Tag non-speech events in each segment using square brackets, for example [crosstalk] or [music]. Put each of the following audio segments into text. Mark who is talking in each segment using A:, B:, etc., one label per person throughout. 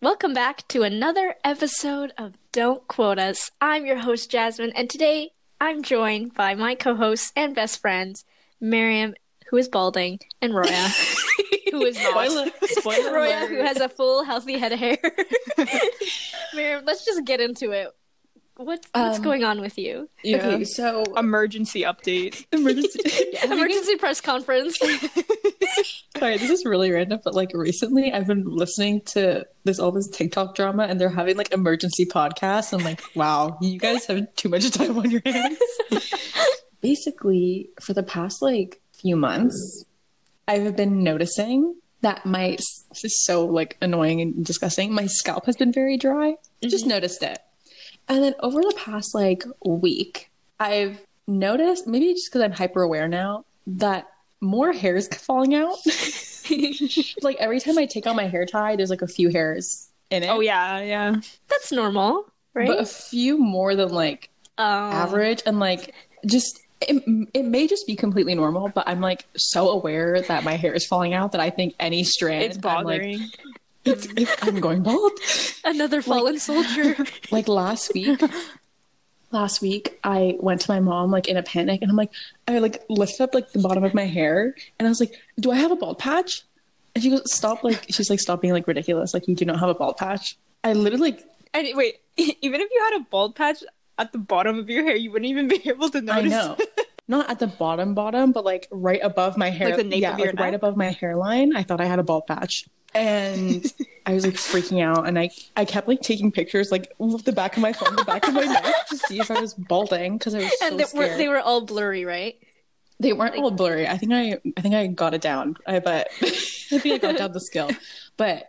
A: Welcome back to another episode of Don't Quote Us. I'm your host, Jasmine, and today I'm joined by my co hosts and best friends, Miriam, who is balding, and Roya,
B: [laughs]
A: who is not.
C: Spoiler, [laughs] spoiler
A: Roya,
C: alert.
A: who has a full, healthy head of
B: [laughs]
A: hair. Miriam, let's just get into it. What's, what's
B: Um,
A: going on with you?
C: Yeah.
B: Okay, so
C: Emergency
B: [laughs]
C: update. [laughs]
A: Emergency press conference.
B: sorry, this is really random, but like recently I've been listening to this all this TikTok drama and they're having like emergency podcasts. I'm like, wow, you guys have too much time on your hands. Basically, for the past like few months, I've been noticing that my this is so like annoying and disgusting. My scalp has been very dry.
C: Mm-hmm.
B: Just noticed it. And then over the past like week, I've noticed maybe just because I'm hyper aware now that more hairs [laughs]
C: [laughs]
B: falling out. like every time I take out my hair tie, there's like a few hairs in it.
C: Oh yeah, yeah.
A: That's normal, right?
B: but a few more than like
C: Oh.
A: Um,
B: average, and like just it, it may just be completely normal. But I'm like so aware that my hair is falling out that I think any strand
C: It's
B: I'm, like,
C: bothering.
B: [laughs] it's, it's, I'm going bald.
A: Another fallen
B: [laughs]
A: soldier.
B: like last week
C: [laughs]
B: last week i went to my mom like in a panic and i'm like i like lifted up like the bottom of my hair and i was like do i have a bald patch and she goes stop like she's like stop being like ridiculous like you do not have a bald patch i literally like
C: and wait, [laughs] even if you had a bald patch at the bottom of your hair, you wouldn't even be [laughs] able to
B: i
C: notice.
B: know not at the bottom bottom but like right above my hair
C: Like the nape
B: yeah
C: of your
B: like right
C: neck?
B: above my hairline i thought i had a bald patch
C: [laughs]
B: and I was like freaking out, and I I kept like taking pictures like with the back of my phone, the back of my neck, to see if I was balding because
C: [laughs]
B: I was so
A: and they were,
B: scared.
A: they were all blurry, right?
B: They weren't all blurry. I think I I think I got it down. I but [laughs] I think I got down the skill. But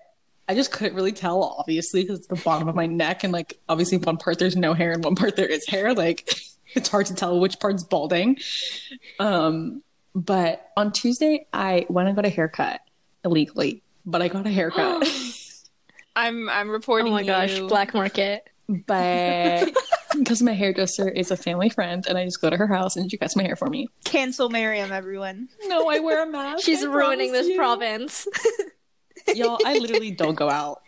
B: I just couldn't really tell, obviously, because it's the bottom of my neck, and like obviously one part there's no hair and one part there is hair. Like [laughs] it's hard to tell which part's balding. Um, but on Tuesday I went and got a haircut illegally, but I got a [gasps] haircut.
C: I'm I'm reporting.
A: Oh my gosh,
C: you.
A: black market.
B: but because my hairdresser is a family friend, and I just go to her house and she cuts my hair for me.
C: cancel Miriam, everyone.
B: No, I wear a mask.
A: She's
B: I
A: ruining
B: promise
A: this
B: you.
A: province.
B: Y'all, I literally don't go out.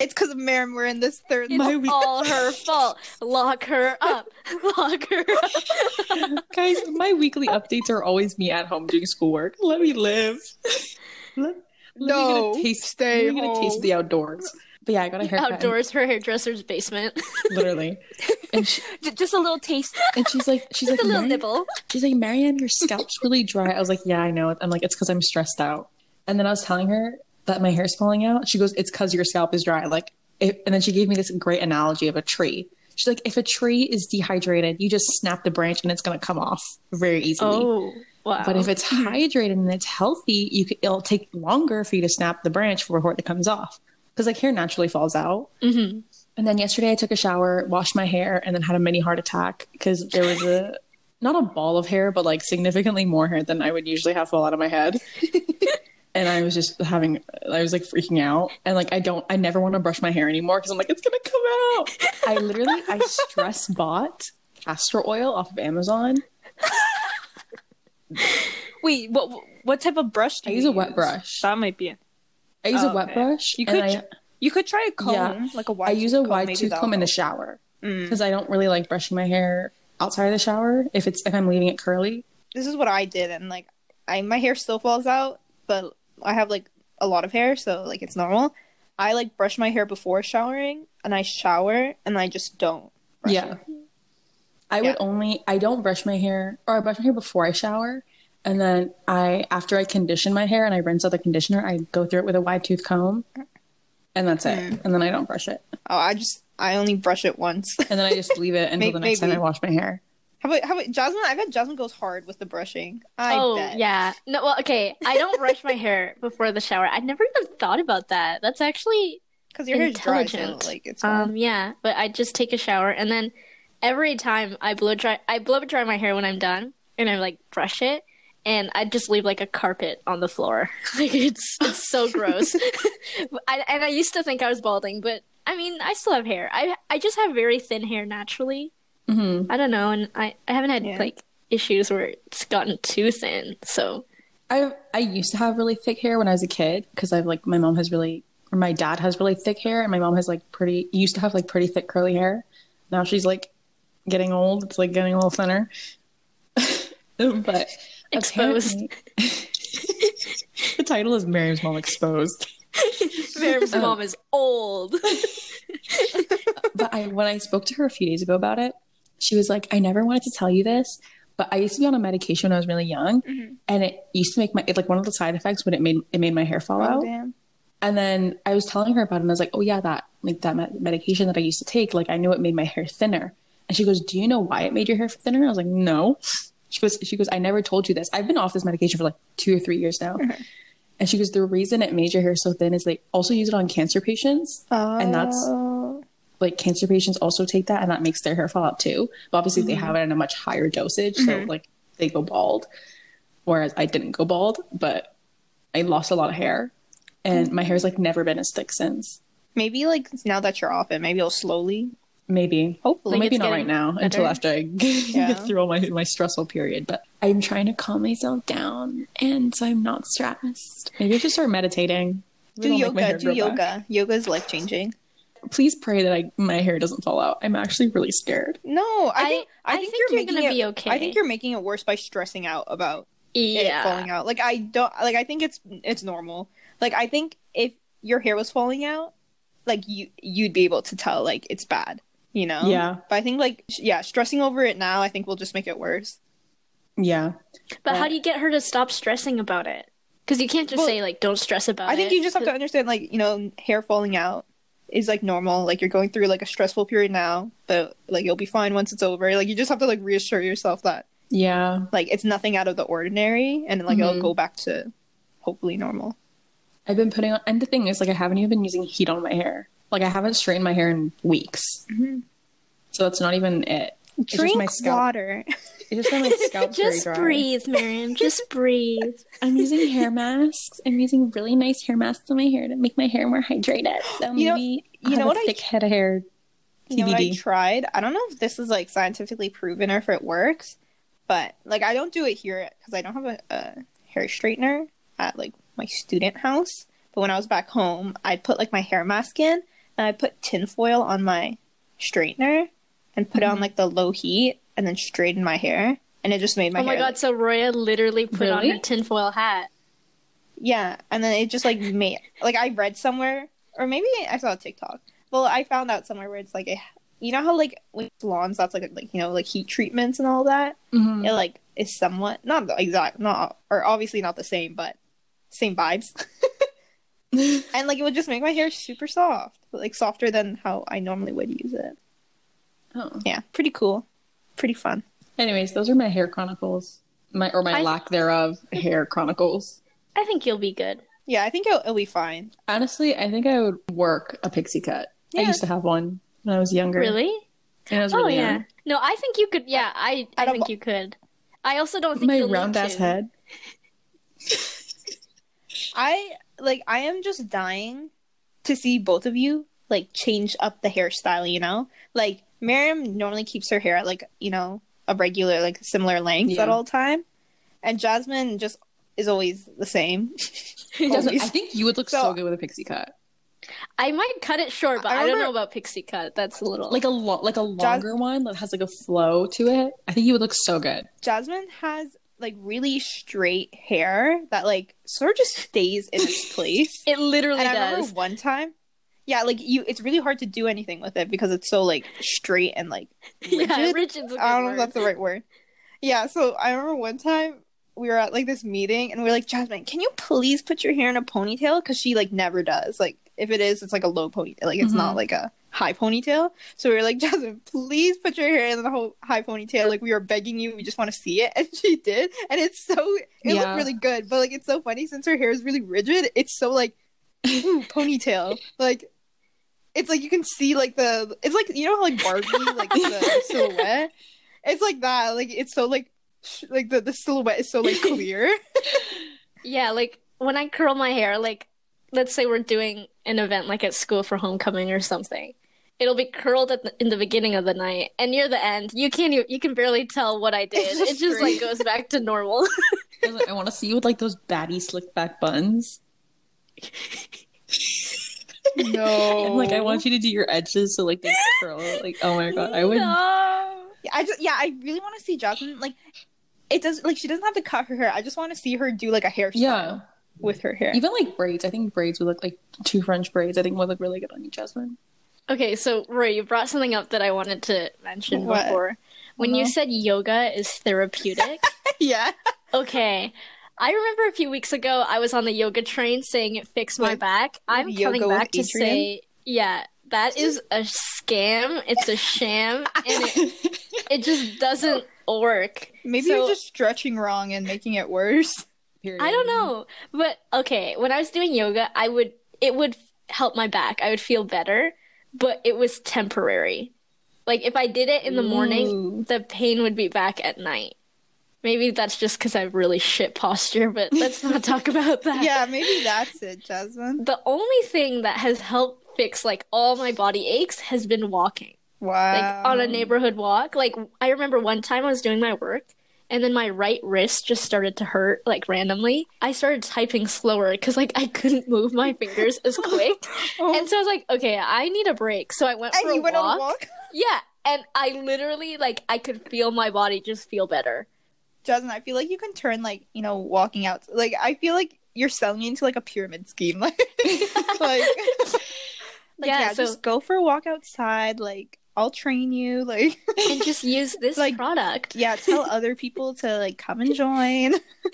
C: It's because of Miriam. We're in this
A: [laughs]
C: third.
A: It's
B: My
A: [laughs]
B: week-
A: all her fault. Lock her up. Lock her up.
B: [laughs] Guys, my weekly updates are always me at home doing schoolwork. Let me live. Let,
C: No,
B: me get a taste,
C: stay
B: let me get a taste of
C: home.
B: the outdoors. But yeah, I got a haircut. and-
A: Outdoors, her hairdresser's basement.
B: [laughs] literally. [laughs] And she,
C: J- just a little taste.
B: and
A: [laughs]
B: she's like, she's like,
A: Just a little
B: "Mary-
A: nibble.
B: she's like, Marianne, your scalp's really dry. I was like, yeah, I know. I'm like, it's because I'm stressed out. And then I was telling her that my hair's falling out. She goes, it's because your scalp is dry. Like, if, and then she gave me this great analogy of a tree. She's like, if a tree is dehydrated, you just snap the branch and it's gonna come off very easily.
A: Oh, wow.
B: But if it's hydrated and it's healthy, you c it'll take longer for you to snap the branch before it comes off because like hair naturally falls out.
A: Mhm.
B: And then yesterday I took a shower, washed my hair, and then had a mini heart attack because there was a [laughs] not a ball of hair, but like significantly more hair than I would usually have fall out of my head. and I was just having, I was like freaking out, and like I don't, I never want to brush my hair anymore because I'm like it's gonna come out. I literally, I stress bought castor oil off of Amazon.
C: Wait, what? What type of brush do
B: I
C: you
B: use a wet brush.
C: That might be it.
B: I use a
C: Oh,
B: wet
C: okay.
B: brush.
C: You
B: and
C: could
B: I-
C: tr- You could try a comb,
B: Yeah.
C: like a wide.
B: I use a
C: tooth comb,
B: wide
C: maybe
B: tooth
C: that'll
B: comb in the
C: help.
B: shower
C: Mm.
B: because I don't really like brushing my hair outside of the shower if it's if I'm leaving it curly.
C: this is what I did, and like, I my hair still falls out, but I have like a lot of hair, so like it's normal. I like brush my hair before showering, and I shower, and I just don't. Brush
B: yeah.
C: it.
B: I
C: Yeah.
B: would only I don't brush my hair or I brush my hair before I shower and then I after I condition my hair and I rinse out the conditioner, I go through it with a wide tooth comb and that's it.
C: Mm.
B: And then I don't brush it.
C: Oh, I just I only brush it once. [laughs]
B: And then I just leave it until the next time
C: Maybe.
B: I wash my hair.
C: how about how about Jasmine? I bet Jasmine goes hard with the brushing. I
A: oh,
C: bet.
A: yeah. No, well, okay. I don't brush my hair before the shower. I never even thought about that. That's actually
C: because your hair's dry, so
A: Intelligent.
C: like it's fine.
A: Um, yeah, but I just take a shower and then every time I blow dry, I blow dry my hair when I'm done, and I like brush it, and I just leave like a carpet on the floor. [laughs] Like it's it's so
C: [laughs]
A: gross. [laughs] I, and I used to think I was balding, but I mean I still have hair. I I just have very thin hair naturally.
B: Mhm.
A: I don't know, and I I haven't had
C: Yeah.
A: like issues where it's gotten too thin. So
B: I I used to have really thick hair when I was a kid because I've like my mom has really where my dad has really thick hair and my mom has like pretty used to have like pretty thick curly hair. Now she's like getting old. It's like getting a little thinner. [laughs] but
A: Exposed.
B: apparently- [laughs] the title is Miriam's mom exposed.
A: Miriam's [laughs] mom is old.
B: [laughs] But I when I spoke to her a few days ago about it, she was like, "I never wanted to tell you this." But I used to be on a medication when I was really young,
C: Mhm.
B: and it used to make my it, like one of the side effects when it made it made my hair fall out.
C: Oh, damn.
B: And then I was telling her about it, and I was like, "Oh yeah, that like that med- medication that I used to take, like I knew it made my hair thinner." And she goes, "Do you know why it made your hair thinner?" I was like, "No." She goes, "She goes, I never told you this. I've been off this medication for like two or three years now." And she goes, "The reason it made your hair so thin is they also use it on cancer patients. And that's-
C: Oh.
B: Like cancer patients also take that, and that makes their hair fall out too. But obviously, they have it in a much higher dosage, so like they go bald. Whereas I didn't go bald, but I lost a lot of hair, and my hair's like never been as thick since."
C: maybe like now that you're off it, maybe it'll slowly,
B: Maybe.
C: hopefully.
B: Well,
A: Like,
B: maybe
A: it's
B: not right
A: getting
B: now
A: better?
B: until after I [laughs]
C: Yeah.
B: get through all my, my stressful period. But I'm trying to calm myself down and so I'm not stressed. Maybe I should start meditating. Maybe
C: do
B: I'll make
C: yoga.
B: my hair
C: Do
B: grow
C: yoga.
B: back.
C: Yoga is life changing.
B: Please pray that I, my hair doesn't fall out. I'm actually really scared.
C: No, I
A: I-
C: think I,
A: I
C: think,
A: think
C: you're,
A: you're gonna
C: making it-
A: be okay.
C: I think you're making it worse by stressing out about it
A: yeah.
C: falling out. Like I don't like I think it's it's normal. Like I think if your hair was falling out, like you you'd be able to tell like it's bad, you know?
B: Yeah.
C: But I think like sh- yeah, stressing over it now I think will just make it worse.
B: Yeah.
A: But how do you get her to stop stressing about it? Because you can't just
C: Well,
A: say like, "Don't stress about it."
C: I think you just have to understand like, you know, hair falling out is like normal. Like you're going through like a stressful period now, but like you'll be fine once it's over. Like you just have to like reassure yourself that
B: Yeah.
C: like it's nothing out of the ordinary and like
B: Mhm.
A: Mm-hmm.
C: it'll go back to hopefully normal.
B: I've been putting on, and the thing is, like, I haven't even been using heat on my hair. Like, I haven't straightened my hair in weeks.
A: Mm-hmm.
B: So that's not even it. It's just my scalp.
C: water. [laughs]
B: It's just that my scalp's
A: [laughs]
B: very
A: just
B: dry.
A: breathe, Miriam. Just breathe.
C: Oh
B: I'm using hair masks. I'm using really nice hair masks on my hair to make my hair more hydrated. So
C: You know-
B: maybe
C: you know
B: I'll have
C: what
B: a
C: I-
B: thick head of hair.
C: You know what I
B: TBD.
C: tried? I don't know if this is like scientifically proven or if it works, but like I don't do it here because I don't have a, a hair straightener at like my student house. But when I was back home, I put like my hair mask in and I put tinfoil on my straightener and put it
B: Mm-hmm.
C: on like the low heat and then straightened my hair and it just made my
A: oh my
C: hair.
A: god!
C: like-
A: So Roya literally put on
B: Really?
A: her tinfoil hat.
C: yeah, and then it just like made like I read somewhere or maybe I saw a TikTok. Well, I found out somewhere where it's like a, you know how like with salons that's like like you know like heat treatments and all that.
B: Mhm.
C: it like is somewhat not the exact not or obviously not the same but same vibes [laughs] and like it would just make my hair super soft like softer than how i normally would use it
B: Oh.
C: yeah pretty cool pretty fun
B: Anyways, those are my hair chronicles. My or my
A: I-
B: lack thereof hair chronicles.
A: I think you'll be good.
C: yeah i think it'll, it'll be fine
B: Honestly, I think I would work a pixie cut. I
C: Yeah.
B: used to have one when I was younger.
A: Really?
B: And I was
A: oh
B: really
A: yeah.
B: young.
A: No, I think you could. Yeah, I I
C: Out of
A: think
C: all-
A: you could. I also don't think
B: My
A: you'll need
B: round ass
A: to.
B: head.
C: i like i am just dying to see both of you like change up the hairstyle you know like miriam normally keeps her hair at like you know a regular like similar length
B: Yeah.
C: at all time and jasmine just is always the same [laughs]
B: Doesn't-
C: Always.
B: I think you would look so,
C: So-
B: good with a pixie cut.
A: I might cut it short, but
C: I
A: I, don't
C: remember-
A: know about pixie cut. That's a little
B: Like a lo- like a longer one that has like a flow to it. I think you would look so good.
C: Jasmine has like really straight hair that like sort of just stays in
A: [laughs]
C: its place.
A: it literally
C: and I
A: does. [laughs]
C: remember one time, yeah, like you, it's really hard to do anything with it because it's so like straight and like
A: [laughs]
C: rigid.
A: Yeah, rigid's a good
C: I don't know if
A: word.
C: that's the right word. Yeah, so I remember one time we were at like this meeting and we are like, Jasmine, can you please put your hair in a ponytail? Because she like never does. Like if it is, it's like a low ponytail. Like it's not like a high ponytail. So we were like, [laughs] Jasmine, please put your hair in the whole high ponytail. Like we were begging you. We just want to see it, [laughs] and she did. And it's so it
B: Yeah.
C: looked really good. But like it's so funny since her hair is really rigid. It's so like ooh,
B: [laughs]
C: ponytail. Like it's like you can see like the it's like you know how like Barbie like
B: [laughs]
C: the silhouette. It's like that. Like it's so like sh- like the the silhouette is so like
B: [laughs]
C: clear.
A: Yeah, like when I curl my hair, like let's say we're doing an event like at school for homecoming or something. It'll be curled at the, in the beginning of the night, and near the end, you can't e- you can barely tell what I did.
C: It's
A: It
C: just
A: just like
C: straight.
A: goes back to
C: [laughs]
A: normal.
B: I, was like, I want to see you with like those batty slick back buns.
C: No.
B: And like I want you to do your edges so like they curl. Like oh my god, I would.
A: [laughs] No.
C: I just yeah, I really want to see Jocelyn like it does like she doesn't have to cut her hair. I just want to see her do like a hairstyle
B: Yeah,
C: with her hair.
B: even like braids. I think braids would look like two French braids. I think would look really good on you, Jasmine.
A: Okay, so Roy, you brought something up that I wanted to mention
C: What?
A: before. When you
B: Uh-huh.
A: said yoga is therapeutic,
C: [laughs] yeah.
A: okay. I remember a few weeks ago I was on the yoga train saying it fixed my
C: With-
A: back. I'm
C: yoga
A: coming back to
C: with Adrian?
A: say, yeah, that is a scam. It's a sham, and it,
C: [laughs]
A: it just doesn't work.
C: Maybe
A: So-
C: you're just stretching wrong and making
A: [laughs]
C: it worse.
B: Period.
A: I don't know, but okay. When I was doing yoga, I would it would help my back. I would feel better, but it was temporary. Like if I did it in the morning,
B: Ooh.
A: the pain would be back at night. Maybe that's just because I have really shit posture, but let's not talk about that.
C: yeah, maybe that's it, Jasmine.
A: The only thing that has helped fix like all my body aches has been walking
C: Wow.
A: like on a neighborhood walk. Like I remember one time I was doing my work and then my right wrist just started to hurt like randomly. I started typing slower because like I couldn't move my fingers as
C: [laughs]
A: quick.
C: [laughs] Oh.
A: and so I was like, okay, I need a break. So I went
C: and
A: for a
C: you went
A: walk.
C: on a walk?
A: Yeah. And I literally like I could feel my body just feel better.
C: Jasmine, I feel like you can turn like, you know, walking out like I feel like you're selling me into like a pyramid scheme. [laughs]
A: [laughs]
C: Like like, like,
A: Yeah,
C: yeah,
A: so-
C: just go for a walk outside, like I'll train you, [laughs] like
A: And just use this
C: Like-
A: product. [laughs]
C: yeah, tell other people to like come and join. [laughs]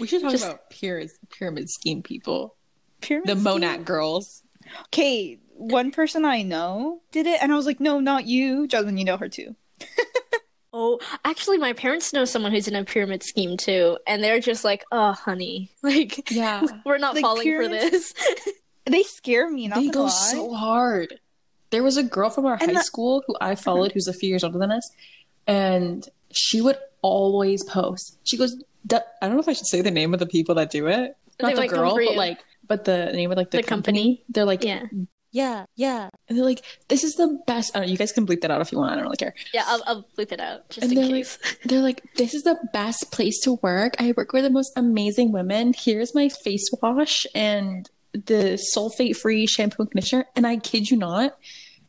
B: We should talk
A: Just-
B: about pyramid pyramid scheme people,
C: Pyramid
B: the
C: scheme?
B: Monac girls.
C: Okay, one person I know did it, and I was like, no, not you, Jasmine. You know her too.
A: Oh, actually my parents know someone who's in a pyramid scheme too, and they're just like, "Oh, honey, [laughs] like
B: Yeah,
A: we're not
C: Like,
A: falling for
C: pyramids-
A: this."
C: They scare me. Not
B: they
C: gonna
B: go
C: lie.
B: so hard. There was a girl from our
C: And
B: high
C: the-
B: school who I followed who's a few years older than us, and she would always post. She goes, "Du- I don't know if I should say the name of the people that do it.
A: They
B: [laughs] Not the
A: might come
B: girl,
A: for
B: but
A: you.
B: like, but the name of like the,
A: The company.
B: company. They're like,
A: yeah.
B: yeah, yeah. And they're like, this is the best. I don't know, you guys can bleep that out if you want. I don't really care.
A: Yeah, I'll, I'll bleep it out just
B: And
A: in
B: they're like-
A: case.
B: They're like, this is the best place to work. I work with the most amazing women. Here's my face wash and the sulfate free shampoo and conditioner. And I kid you not,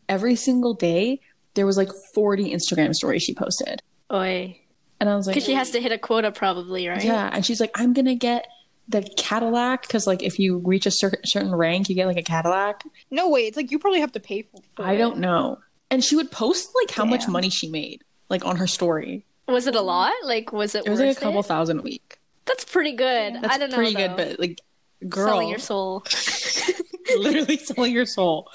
B: every single day there was like 40 Instagram stories she posted.
A: Oi.
B: And I was like,
A: Because she has to hit a quota probably, right?
B: yeah. And she's like, I'm going to get the Cadillac because like if you reach a cer- certain rank, you get like a Cadillac.
C: No way. It's like you probably have to pay for. for
B: I
C: it.
B: don't know. And she would post like how much
C: Damn.
B: money she made like on her story.
A: Was it a lot? Like, was it,
B: It was
A: worth
B: like a couple
A: it?
B: thousand a week.
A: That's pretty good.
B: That's
A: I don't know.
B: pretty
A: though.
B: good, but like, girl,
A: Selling
B: [laughs]
A: your soul.
B: literally selling your soul.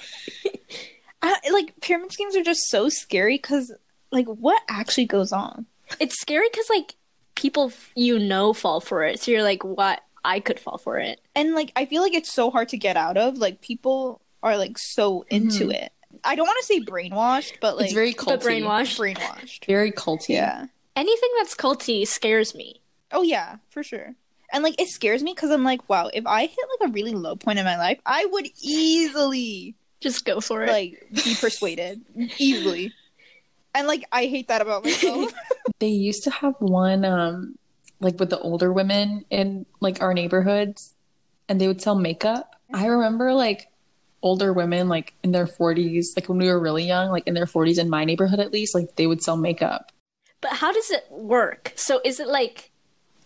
C: I, like pyramid schemes are just so scary because like what actually goes on?
A: it's scary because, like, people f- you know fall for it. So you're like, what? I could fall for it.
C: And like I feel like it's so hard to get out of. Like people are like so into it. I don't want to say brainwashed, but like
B: Mm-hmm. it's very culty.
A: but brainwashed.
B: [laughs]
C: brainwashed.
B: Very culty.
C: yeah.
A: Anything that's culty scares me.
C: Oh yeah, for sure. And like it scares me because I'm like, wow, if I hit like a really low point in my life, I would easily
A: Just go for it.
C: like be persuaded easily. And like I hate that about
B: [laughs]
C: myself.
B: They used to have one, um, like with the older women in like our neighborhoods, and they would sell makeup. I remember like older women, like in their 40s, like when we were really young, like in their 40s in my neighborhood at least, like they would sell makeup.
A: but how does it work? So is it like.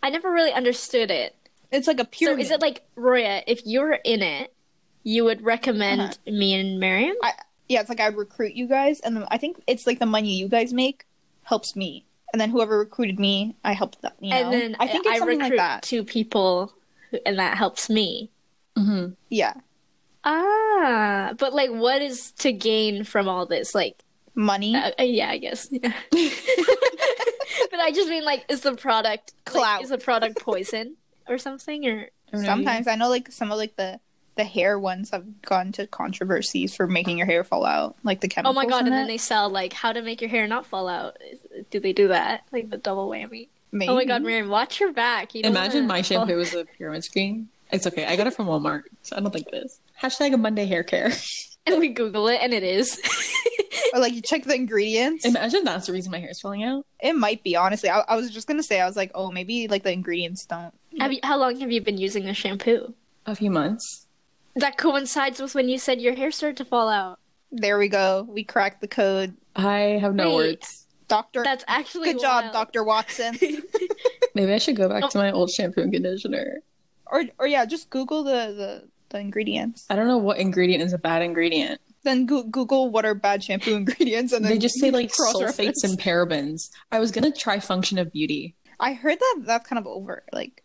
A: I never really understood it.
C: it's like a
A: So
C: pyramid.
A: is it like, Roya, if you were in it, you would recommend me and Miriam?
C: yeah, it's like I recruit you guys, and then I think it's like the money you guys make helps me, and then whoever recruited me, I helped them. You know?
A: and then
C: I think it's something
A: recruit
C: like that.
A: two people, who- and that helps me.
B: Mm-hmm.
C: yeah,
A: Ah, but like, what is to gain from all this? Like,
C: money,
A: uh, uh, yeah, I guess. [laughs] Yeah. but I just mean, like, is the product like,
C: Clout.
A: is the product poison or something? Or
C: Sometimes I know like some of like the the hair ones have gone to controversies for making your hair fall out, like the
A: oh
C: chemicals.
A: my god!
C: in
A: And then
C: it.
A: they sell like how to make your hair not fall out. Is- Do they do that? Like the double whammy.
C: Maybe.
A: Oh my god, Miriam, watch your back. You don't
B: Imagine
A: wanna
B: my
A: fall-
B: shampoo was a pyramid scheme. It's okay. I got it from Walmart, so I don't think it is. Hashtag a Monday hair care.
A: And we Google it, and it is. [laughs]
C: Or like you check the ingredients.
B: [laughs] Imagine that's the reason my hair's falling out.
C: It might be honestly. I, I was just gonna say I was like, oh, maybe like the ingredients don't.
A: have you, how long have you been using the shampoo?
B: A few months.
A: That coincides with when you said your hair started to fall out.
C: There we go. We cracked the code.
B: I have no
A: Wait.
B: words.
C: Doctor,
A: That's actually
C: good job,
A: wild. [laughs]
C: Doctor Watson.
B: Maybe I should go back to my old shampoo and conditioner.
C: or, or yeah, just Google the the, the ingredients.
B: I don't know what ingredient is a bad ingredient.
C: Then go- Google what are bad shampoo [laughs] ingredients, and then
B: they just
C: [laughs]
B: say like
C: cross-reference.
B: sulfates and parabens. I heard gonna try function of beauty.
C: I heard that that's kind of over, like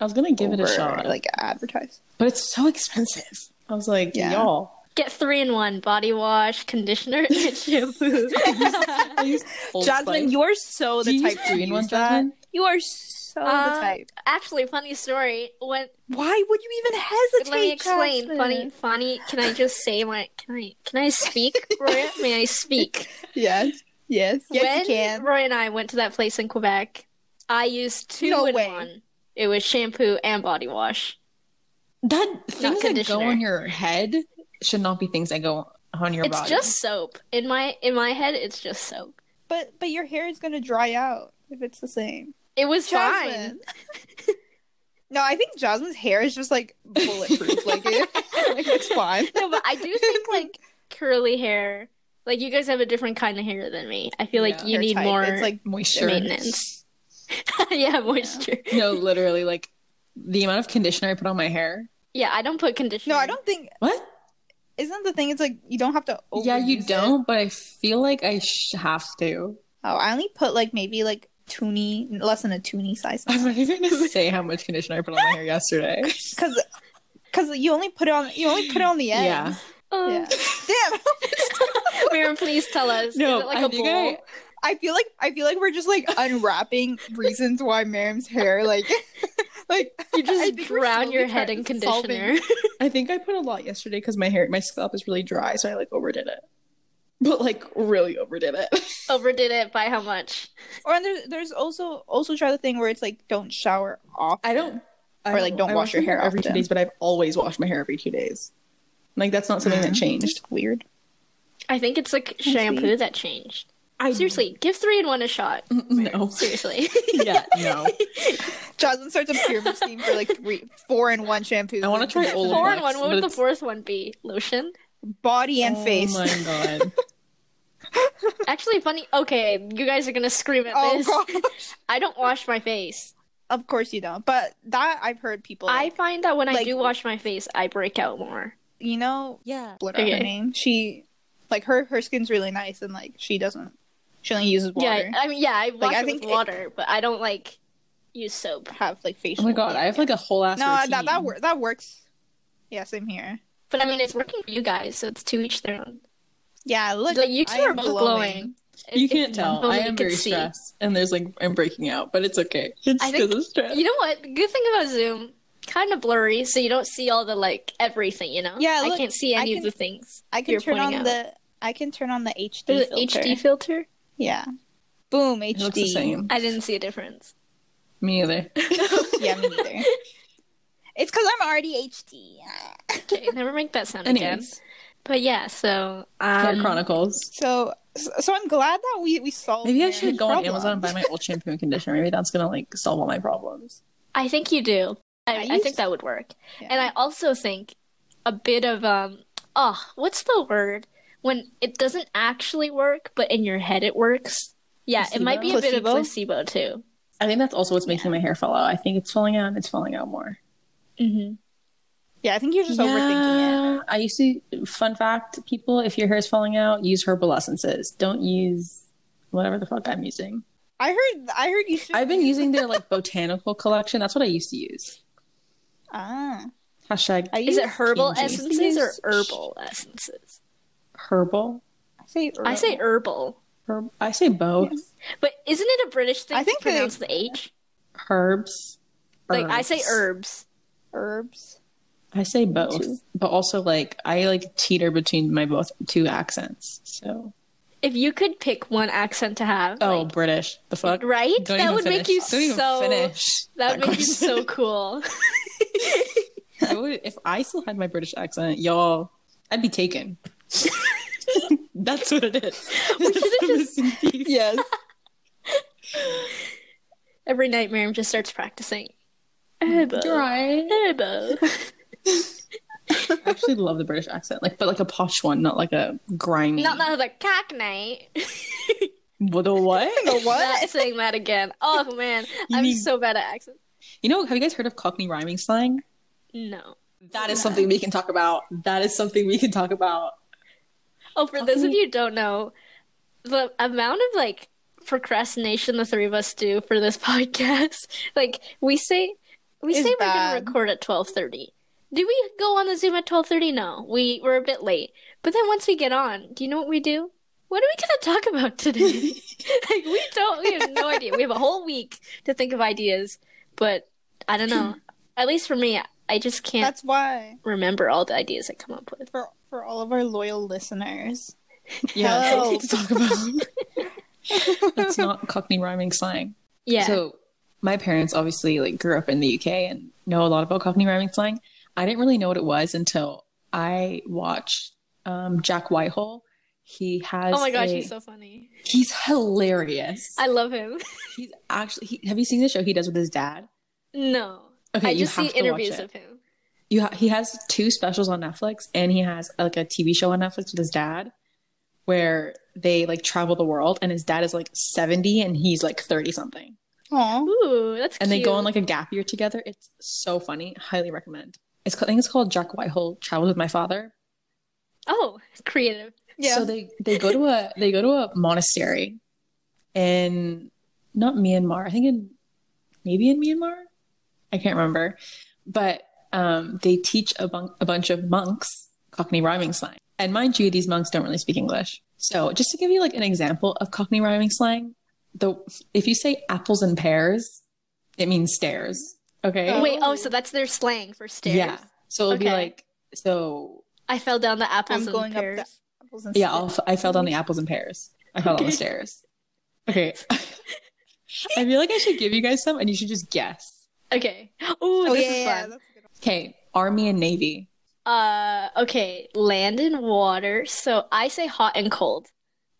B: I was gonna give it
C: over,
B: a shot,
C: like advertised.
B: but it's so expensive. I was like,
C: Yeah.
B: y'all.
A: Get three in one body wash, conditioner, [laughs] and
C: [laughs]
A: shampoo.
B: I used Old Spice.
C: Jasmine, you are so
B: Do
C: the
B: you
C: type
B: use
C: to
B: three in
C: use
B: one,
C: that.
B: Jasmine?
C: You are so
A: Uh,
C: the type.
A: actually, funny story. When
C: Why would you even hesitate?
A: let me explain.
C: Jasmine?
A: Funny, funny. Can I just say my? Can I? Can I speak, Roy? May I
C: [laughs]
A: speak?
C: Yes, yes, yes.
A: when
C: you can.
A: Roy and I went to that place in Quebec, I used two
C: No
A: in
C: way.
A: one. It was shampoo and body wash.
B: That things that go
A: conditioner.
B: on your head should not be things that go on your
A: it's
B: body. [laughs]
A: just soap. In my in my head, it's just soap.
C: But but your hair is gonna dry out if it's the same.
A: It was fine.
C: Jasmine. [laughs] no, I think Jasmine's hair is just like bulletproof. [laughs] like, it, like it's
A: [laughs]
C: fine.
A: No, but I do
C: [laughs]
A: think like curly hair. Like you guys have a different kind of hair than me. I feel like
B: Yeah.
A: you
C: Hair
A: need
C: type,
A: more.
C: It's like
B: moisture.
A: maintenance. [laughs] yeah, moisture. Yeah.
B: No, literally, like the amount of conditioner I put on my hair.
A: I don't put conditioner.
C: no, I don't think.
B: What?
C: Isn't the thing? It's like you don't have to.
A: Oh,
B: yeah, you
C: overuse it.
B: don't, but I feel like I sh- have to. [laughs]
C: Oh, I only put like maybe like toonie, less than a toonie size.
B: I'm not even
A: [laughs]
B: gonna say how much conditioner I put on my hair yesterday.
C: Cause, cause you only put it on. You only put it on the end.
B: Yeah.
A: Oh. [laughs]
C: Yeah. Damn.
A: Miriam, please tell us.
B: No,
A: is it like
B: I
A: a
B: think
A: bowl?
B: I-
C: I feel like I feel like we're just like unwrapping reasons why Miriam's hair like [laughs] like
A: You
C: I
A: just
C: think we're
A: drown your
C: slowly
A: head
C: trying
A: in
C: to solve it.
A: conditioner. [laughs]
B: I think I put a lot yesterday because my hair, my scalp is really dry, so I like overdid it. But like really overdid it. [laughs]
A: Overdid it by how much?
C: Or there, there's also also try the thing where it's like don't shower off.
B: I don't. I
C: Or, like, don't
B: I
C: wash your
B: my
C: hair
B: every two
C: often.
B: days, but I've always washed my hair every two days. Like that's
C: [laughs]
B: not something that changed.
C: Weird.
A: I think it's like shampoo that changed.
B: I
A: Seriously, give three in one a shot.
B: [laughs] no.
A: Seriously.
B: [laughs] yeah, no.
C: Jasmine starts a pyramid scheme for like three, four in one shampoo.
B: I wanna try
A: [laughs]
B: Olaplex.
A: Four in one. What
B: But
A: would the
B: it's-
A: fourth one be? Lotion?
C: body [laughs] and face.
B: Oh my god.
A: Actually, funny. Okay, you guys are gonna scream at
C: Oh
A: this.
C: god.
A: I don't wash my face.
C: of course you don't. But that I've heard people.
A: I
C: Like,
A: find that when I
C: like-
A: do wash my face, I break out more.
C: you know
B: yeah.
C: what
A: Okay.
C: her name? She like her her skin's really nice and like she doesn't. She only uses water.
A: Yeah, I mean, yeah, I wash
C: I
A: it
C: think
A: with
C: it-
A: water, but I don't like use soap.
C: have like
B: Oh
C: facial.
B: my god, I have like a whole ass.
C: no
B: routine.
C: that that wor- that works. Yeah, same here.
A: But I mean, it's working for you guys, so it's to each their own.
C: Yeah, look,
A: Like you two
C: I
A: are
C: am
A: both glowing.
B: You
A: If-
B: can't
A: if
B: tell.
A: only
B: I
A: you
B: am
A: could
B: very
A: see.
B: stressed, and there's like I'm breaking out, but it's okay. It's
A: I
B: because
A: think-
B: of stress.
A: You know what? The good thing about Zoom, kind of blurry, so you don't see all the like everything. You know?
C: Yeah,
A: I
C: look,
A: can't see
C: I
A: any of
C: can-
A: the things.
C: I can
A: you're
C: turn on
A: pointing out.
C: the I can turn on the HD
A: There's an
C: filter.
A: HD filter.
C: Yeah. Boom, HD.
B: It looks the same.
A: I didn't see a difference. [laughs]
B: Me either.
C: yeah, me neither.
B: [laughs]
C: It's because I'm already HD.
A: Okay, never make that sound again.
B: Anyways,
A: But yeah, so
B: Hair
A: um,
B: Chronicles.
C: So, so I'm glad that we we solved.
B: Maybe I
C: Mary's
B: should go on
C: problem.
B: Amazon and buy my old shampoo and conditioner. Maybe that's gonna like solve all my problems.
A: I think you do. I,
C: I
A: I,
C: used-
A: think that would work.
C: Yeah.
A: And I also think a bit of um oh, what's the word when it doesn't actually work but in your head it works? Yeah, it might be a bit of placebo
C: Placebo?
A: too.
B: I think that's also what's making my hair fall out. I think it's falling out. and It's falling out more.
A: Mm-hmm.
C: yeah, I think you're just overthinking it.
B: I used to. Fun fact, people: if your hair is falling out, use herbal essences. Don't use whatever the fuck I'm using.
C: I heard, I heard you should.
B: I've been using their like [laughs] botanical collection. That's what I used to use.
C: ah,
B: Hashtag
C: I
A: Is
C: use-
A: it herbal
B: changes.
A: essences or herbal essences?
B: herbal.
C: I say,
A: I say herbal,
B: Herb. I say both
A: but isn't it a British thing
C: I think
A: to
C: they-
A: pronounce the H?
B: herbs.
A: Like I say
B: Herbs.
A: herbs.
C: herbs.
B: I say both, but also like I like teeter between my both two accents. So
A: If you could pick one accent to have,
B: oh,
A: like-
B: British, the fuck,
A: right?
B: Don't
A: that
B: even
A: would make you
B: finish. Don't even
A: so.
B: finish
A: That would make you
B: question.
A: so
B: [laughs]
A: cool.
B: I would, if I still had my British accent, y'all, I'd be [laughs] taken. That's what it is. That's the missing piece. [laughs]
C: Yes.
A: Every night, Miriam
B: uh, [laughs]
A: just starts practicing. Herbo.
B: Right.
A: Herbo.
B: I actually love the British accent, like but like a posh one, not like a grimy.
A: Not that the cockney.
B: What [laughs] the what?
C: The
A: Not
C: what?
A: saying [laughs] that again. Oh man,
B: You
A: I'm
B: mean-
A: so bad at accents.
B: You know, have you guys heard of Cockney rhyming slang?
A: No.
B: That is something we can talk about. That is something we can talk about.
A: Oh, for those of
B: Cockney-
A: you who don't know, the amount of like procrastination the three of us do for this [laughs] podcast, like we say, we
C: It's
A: say we're gonna
C: bad.
A: record at twelve thirty. Did we go on the Zoom at twelve thirty? No, we were a bit late. But then once we get on, do you know what we do? What are we gonna [laughs] talk about today? like we don't, we have no idea. We have a whole week to think of ideas, but I don't
C: [clears throat]
A: know. At least for me, I just can't
C: That's why
A: remember all the ideas I come up with.
C: for for all of our loyal listeners.
B: Yeah,
C: Help.
B: something to talk about. [laughs] That's not Cockney rhyming slang.
A: Yeah.
B: So my parents obviously like grew up in the UK and know a lot about Cockney rhyming slang. I didn't really know what it was until I watched um, Jack Whitehall. He has
A: oh my gosh,
B: a-
A: he's so funny.
B: he's hilarious.
A: I love him. [laughs]
B: he's actually he, have you seen the show he does with his dad?
A: No.
B: Okay,
A: I
B: you
A: just see
B: have to watch
A: interviews
B: it.
A: of him.
B: you ha- he has two specials on Netflix and he has like a TV show on Netflix with his dad where they like travel the world and his dad is like 70 and he's like 30 something
C: Aw.
A: Ooh, that's
B: and
A: cute.
B: they go on like a gap year together it's so funny highly recommend it's ca- I think it's called Jack Whitehall Travels with My Father
A: Oh, creative.
C: Yeah.
B: so they they go to a they go to a monastery in not Myanmar I think in maybe in Myanmar I can't remember but um, they teach a, bun- a bunch of monks Cockney rhyming slang. And mind you, these monks don't really speak English. So just to give you like an example of Cockney rhyming slang, the if you say apples and pears, it means stairs. Okay.
C: Oh.
A: Wait, oh, so that's their slang for stairs.
B: Yeah. So it'll be
A: Okay.
B: like so.
A: I fell down the apples
C: I'm
A: and
C: going up
A: pears.
C: the- Apples and
B: Yeah,
C: stuff.
B: I'll, I fell down the apples and pears. I fell down the
A: Okay.
B: stairs.
C: [laughs]
B: Okay. I feel like I should give you guys some, and you should just guess.
A: Okay. Ooh,
C: Oh,
A: this
C: yeah,
A: is
C: yeah,
A: fun.
C: that's a good
B: Okay, army and navy.
A: Uh, okay, land and water. So I say hot and cold. [laughs]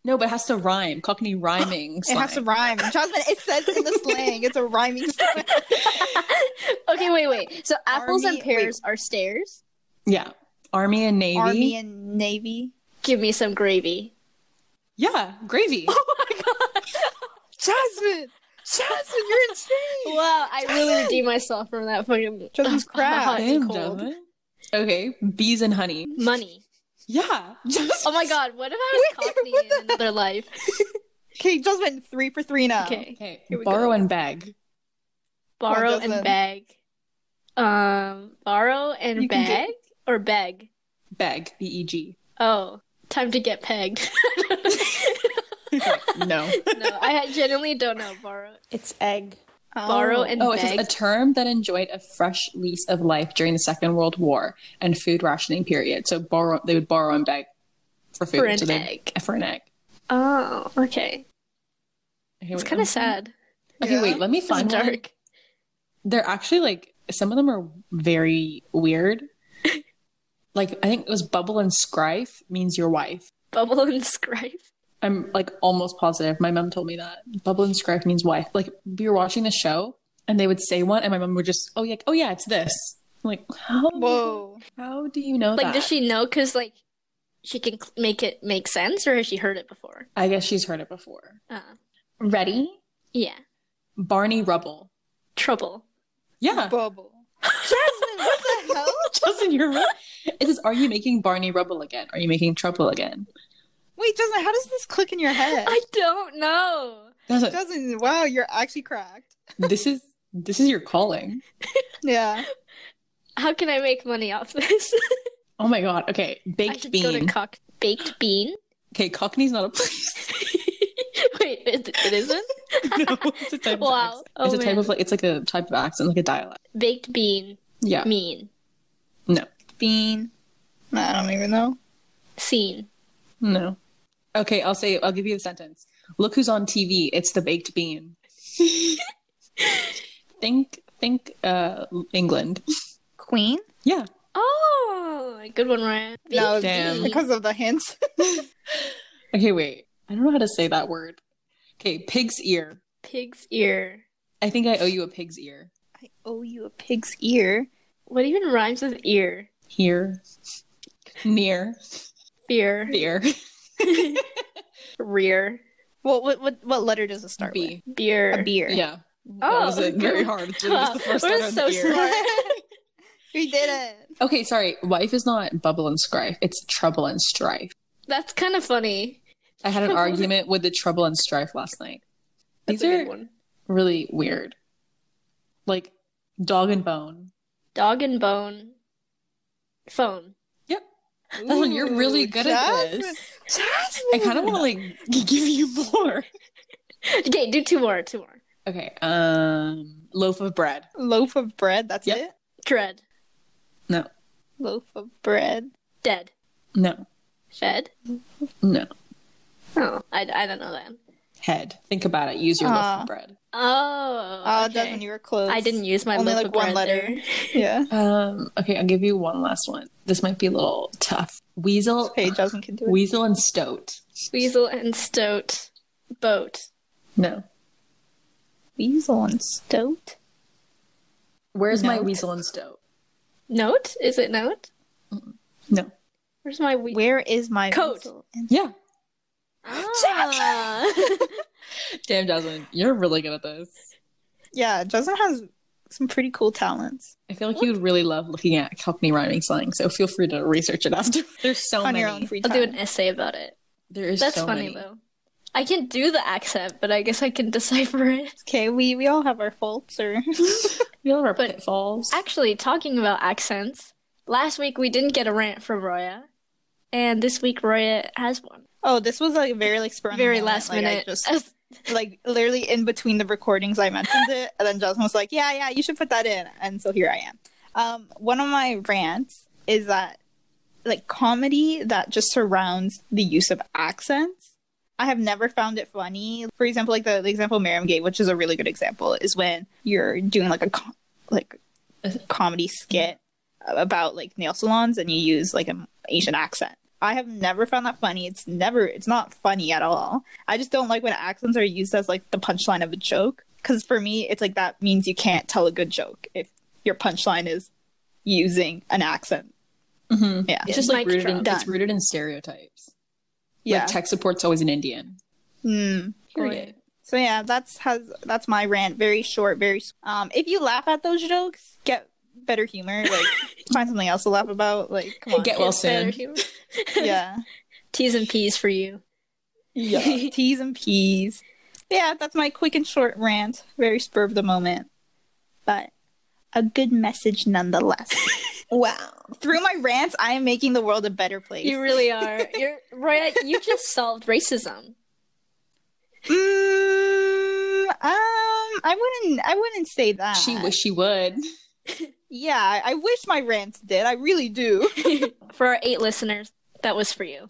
B: No, but it has to rhyme. Cockney rhyming.
C: one. [gasps] It has to
B: slang.
C: rhyme. Jasmine, it says in the slang. It's a rhyming slang.
A: okay, wait, wait. So apples
C: Army-
A: and pears are stairs.
B: Yeah. Army and Navy.
C: Army and Navy.
A: Give me some gravy. [laughs] Oh
B: yeah,
C: [laughs]
B: gravy.
C: Oh, Jasmine! Jasmine, you're insane!
A: Wow, I really redeemed myself from that fucking
C: Justin's
A: [laughs]
C: crap.
A: hot and
B: Damn,
A: cold.
B: Jasmine. Okay, bees and honey.
A: Money.
B: Yeah. [laughs]
A: Oh my god, what if I was
C: Wait,
A: Cockney
C: what
A: in another life?
C: [laughs] Okay, Jasmine, three for three now.
A: [laughs] Okay.
B: Okay,
C: Here we
B: borrow
C: go.
B: and beg.
A: Borrow
C: Well,
A: and
C: doesn't-
A: beg. Um borrow and
B: You can do-
A: beg or beg.
B: Beg, B E G.
A: Oh. Time to get pegged. [laughs]
C: [laughs]
B: No.
A: no, I genuinely don't know borrow.
D: It's egg.
A: Borrow and
B: Oh, it says
A: beg.
B: a term that enjoyed a fresh lease of life during the Second World War and food rationing period. So borrow, they would borrow and beg for food.
A: an
B: so they'd-
A: egg.
B: For an egg.
A: oh, okay.
B: Okay,
A: It's
B: wait,
A: kind
B: I'm-
A: of sad.
B: Okay,
C: Yeah.
B: wait. Let me
A: It's
B: find one.
A: dark.
B: They're actually like some of them are very
A: [laughs]
B: weird. like I think it was bubble and scrife means your wife.
A: Bubble and scribe.
B: I'm like almost positive. My mom told me that bubble and scrife means wife. Like we were watching the show and they would say one, and my mom would just, oh yeah, oh yeah, it's this. I'm like how?
C: Whoa.
B: How do you know
A: Like
B: that?
A: does she know cuz like she can cl- make it make sense or has she heard it before?
B: I guess she's heard it before.
A: Uh,
B: Ready?
A: yeah.
B: Barney Rubble.
A: Trouble.
B: Yeah.
C: Bubble. Jasmine, what the hell?
B: [laughs] Justin, you're right. It says, Are you making Barney Rubble again? Are you making trouble again?
C: Wait, Jasmine, how does this click in your head?
A: [laughs] I don't know.
B: Doesn't-
C: Jasmine, wow, you're actually cracked.
B: this is this is your calling.
C: Yeah.
A: How can I make money off this? [laughs]
B: Oh my god. Okay.
A: I
B: Baked
A: should go to
B: bean.
A: cock baked bean.
B: okay, Cockney's not a place.
A: [laughs] Wait, it, it isn't
B: [laughs] no, it's a type
A: Wow.
B: of accent.
A: Oh,
B: it's a type
A: man.
B: of like it's like a type of accent, like a dialect.
A: baked bean.
B: Yeah.
A: Mean
C: Bean. Nah, I don't even know.
A: scene.
B: No. Okay, I'll say I'll give you the sentence. Look who's on TV. It's the
A: [laughs]
B: baked bean. think think uh England.
C: Queen?
B: Yeah.
A: Oh, good one, Ryan. Baked
C: No,
B: Damn.
A: bean.
C: Because of the [laughs] hints.
B: Okay, wait. I don't know how to say that word. Okay, pig's ear.
A: Pig's ear.
B: I think I owe you a pig's ear.
C: I owe you a pig's ear.
A: What even rhymes with ear?
B: here, near,
A: Fear.
B: fear.
A: Rear.
C: Well, what what what letter does it start
B: B.
A: Beer. [laughs]
C: with? A beer.
B: Yeah. that
A: Oh,
B: was it.
A: [laughs]
B: Very hard. It was the first
A: We're
B: letter of
A: so
B: the year.
A: smart. [laughs]
C: we did it.
B: Okay, sorry. Wife is not bubble and strife. It's trouble and strife.
A: That's kind of funny. [laughs]
B: I had an argument with the trouble and strife last night.
A: That's
B: These
A: a
B: are
A: good one.
B: really weird. Like dog and bone.
A: Dog and bone. Phone.
B: Yep. Ellen, you're really good at
C: Jasmine.
B: this. I kind of want to like [laughs] give you more.
A: [laughs] Okay, do two more. Two more.
B: Okay. Um, loaf of bread.
C: loaf of bread. That's
B: Yep.
C: it.
A: Dread.
B: No.
C: Loaf of bread.
A: Dead.
B: No.
A: Fed.
B: No.
A: Oh, I, I don't know that.
B: Head. Think about it. Use your loaf
C: Ah.
B: of bread.
A: Oh.
C: Oh,
A: okay.
C: Desmond, you were close.
A: I didn't use my
C: Only,
A: loaf
C: like,
A: of
C: one
A: bread
C: letter.
A: there.
C: Yeah.
B: Um, okay, I'll give you one last one. This might be a little tough. Weasel,
C: Okay, Jasmine can do it.
B: weasel, and stoat.
A: Weasel and stoat. Boat.
B: No.
C: Weasel and stoat.
B: Where's my
C: Note.
B: weasel and stoat?
A: Note? Is it note?
B: No.
A: Where's my we-
C: Where is my
A: Coat.
C: weasel and-
B: Yeah.
A: Ah.
B: Damn, Jasmine, you're really good at this.
C: Yeah, Jasmine has some pretty cool talents.
B: I feel like you would really love looking at Cockney rhyming slang. So feel free to research it after. [laughs] There's so
C: on
B: many.
C: your own free
A: I'll
C: time.
A: do an essay about it.
B: There is
A: That's
B: so
A: funny
B: many.
A: though. I can do the accent, but I guess I can [laughs] decipher it.
C: Okay, we, we all have our faults or [laughs]
B: We all have our
A: But-
B: pitfalls.
A: Actually, talking about accents, last week we didn't get a rant from Roya, and this week Roya has one.
C: Oh, this was like very like spur on the
A: Very
C: moment.
A: last
C: Like, I
A: minute.
C: just
A: [laughs]
C: like literally in between the recordings I mentioned it and then Jasmine was like, Yeah, yeah, you should put that in and so here I am. Um one of my rants is that like comedy that just surrounds the use of accents. I have never found it funny. For example, like the, the example Miriam gave, which is a really good example, is when you're doing like a co- like comedy skit about like nail salons and you use like an Asian accent. I have never found that funny. It's never, it's not funny at all. I just don't like when accents are used as like the punchline of a joke. Cause for me, it's like that means you can't tell a good joke if your punchline is using an accent.
B: Mhm.
C: Yeah.
B: It's just like
A: Mic
B: rooted in,
C: drop.
B: it's rooted in stereotypes.
C: Yeah.
B: Like tech support's always an Indian.
C: Mm.
B: Period.
C: So yeah, that's has that's my rant. Very short, very. s- Um, if you laugh at those jokes, get better humor.
B: [laughs]
C: Like find something else to laugh about. Like come on.
B: Get well soon.
C: yeah.
A: T's and P's for you.
B: Yeah.
C: [laughs] T's and P's. Yeah, that's my quick and short rant. Very spur of the moment. But a good message nonetheless.
B: wow.
C: Through my rants, I am making the world a better place.
A: You really are. You're Roya. You just solved racism.
C: Mm, um, I wouldn't. I wouldn't say that.
B: She wish she would.
C: Yeah, I- I wish my rants did. I
A: [laughs]
C: really do.
A: For our eight listeners, that was for you.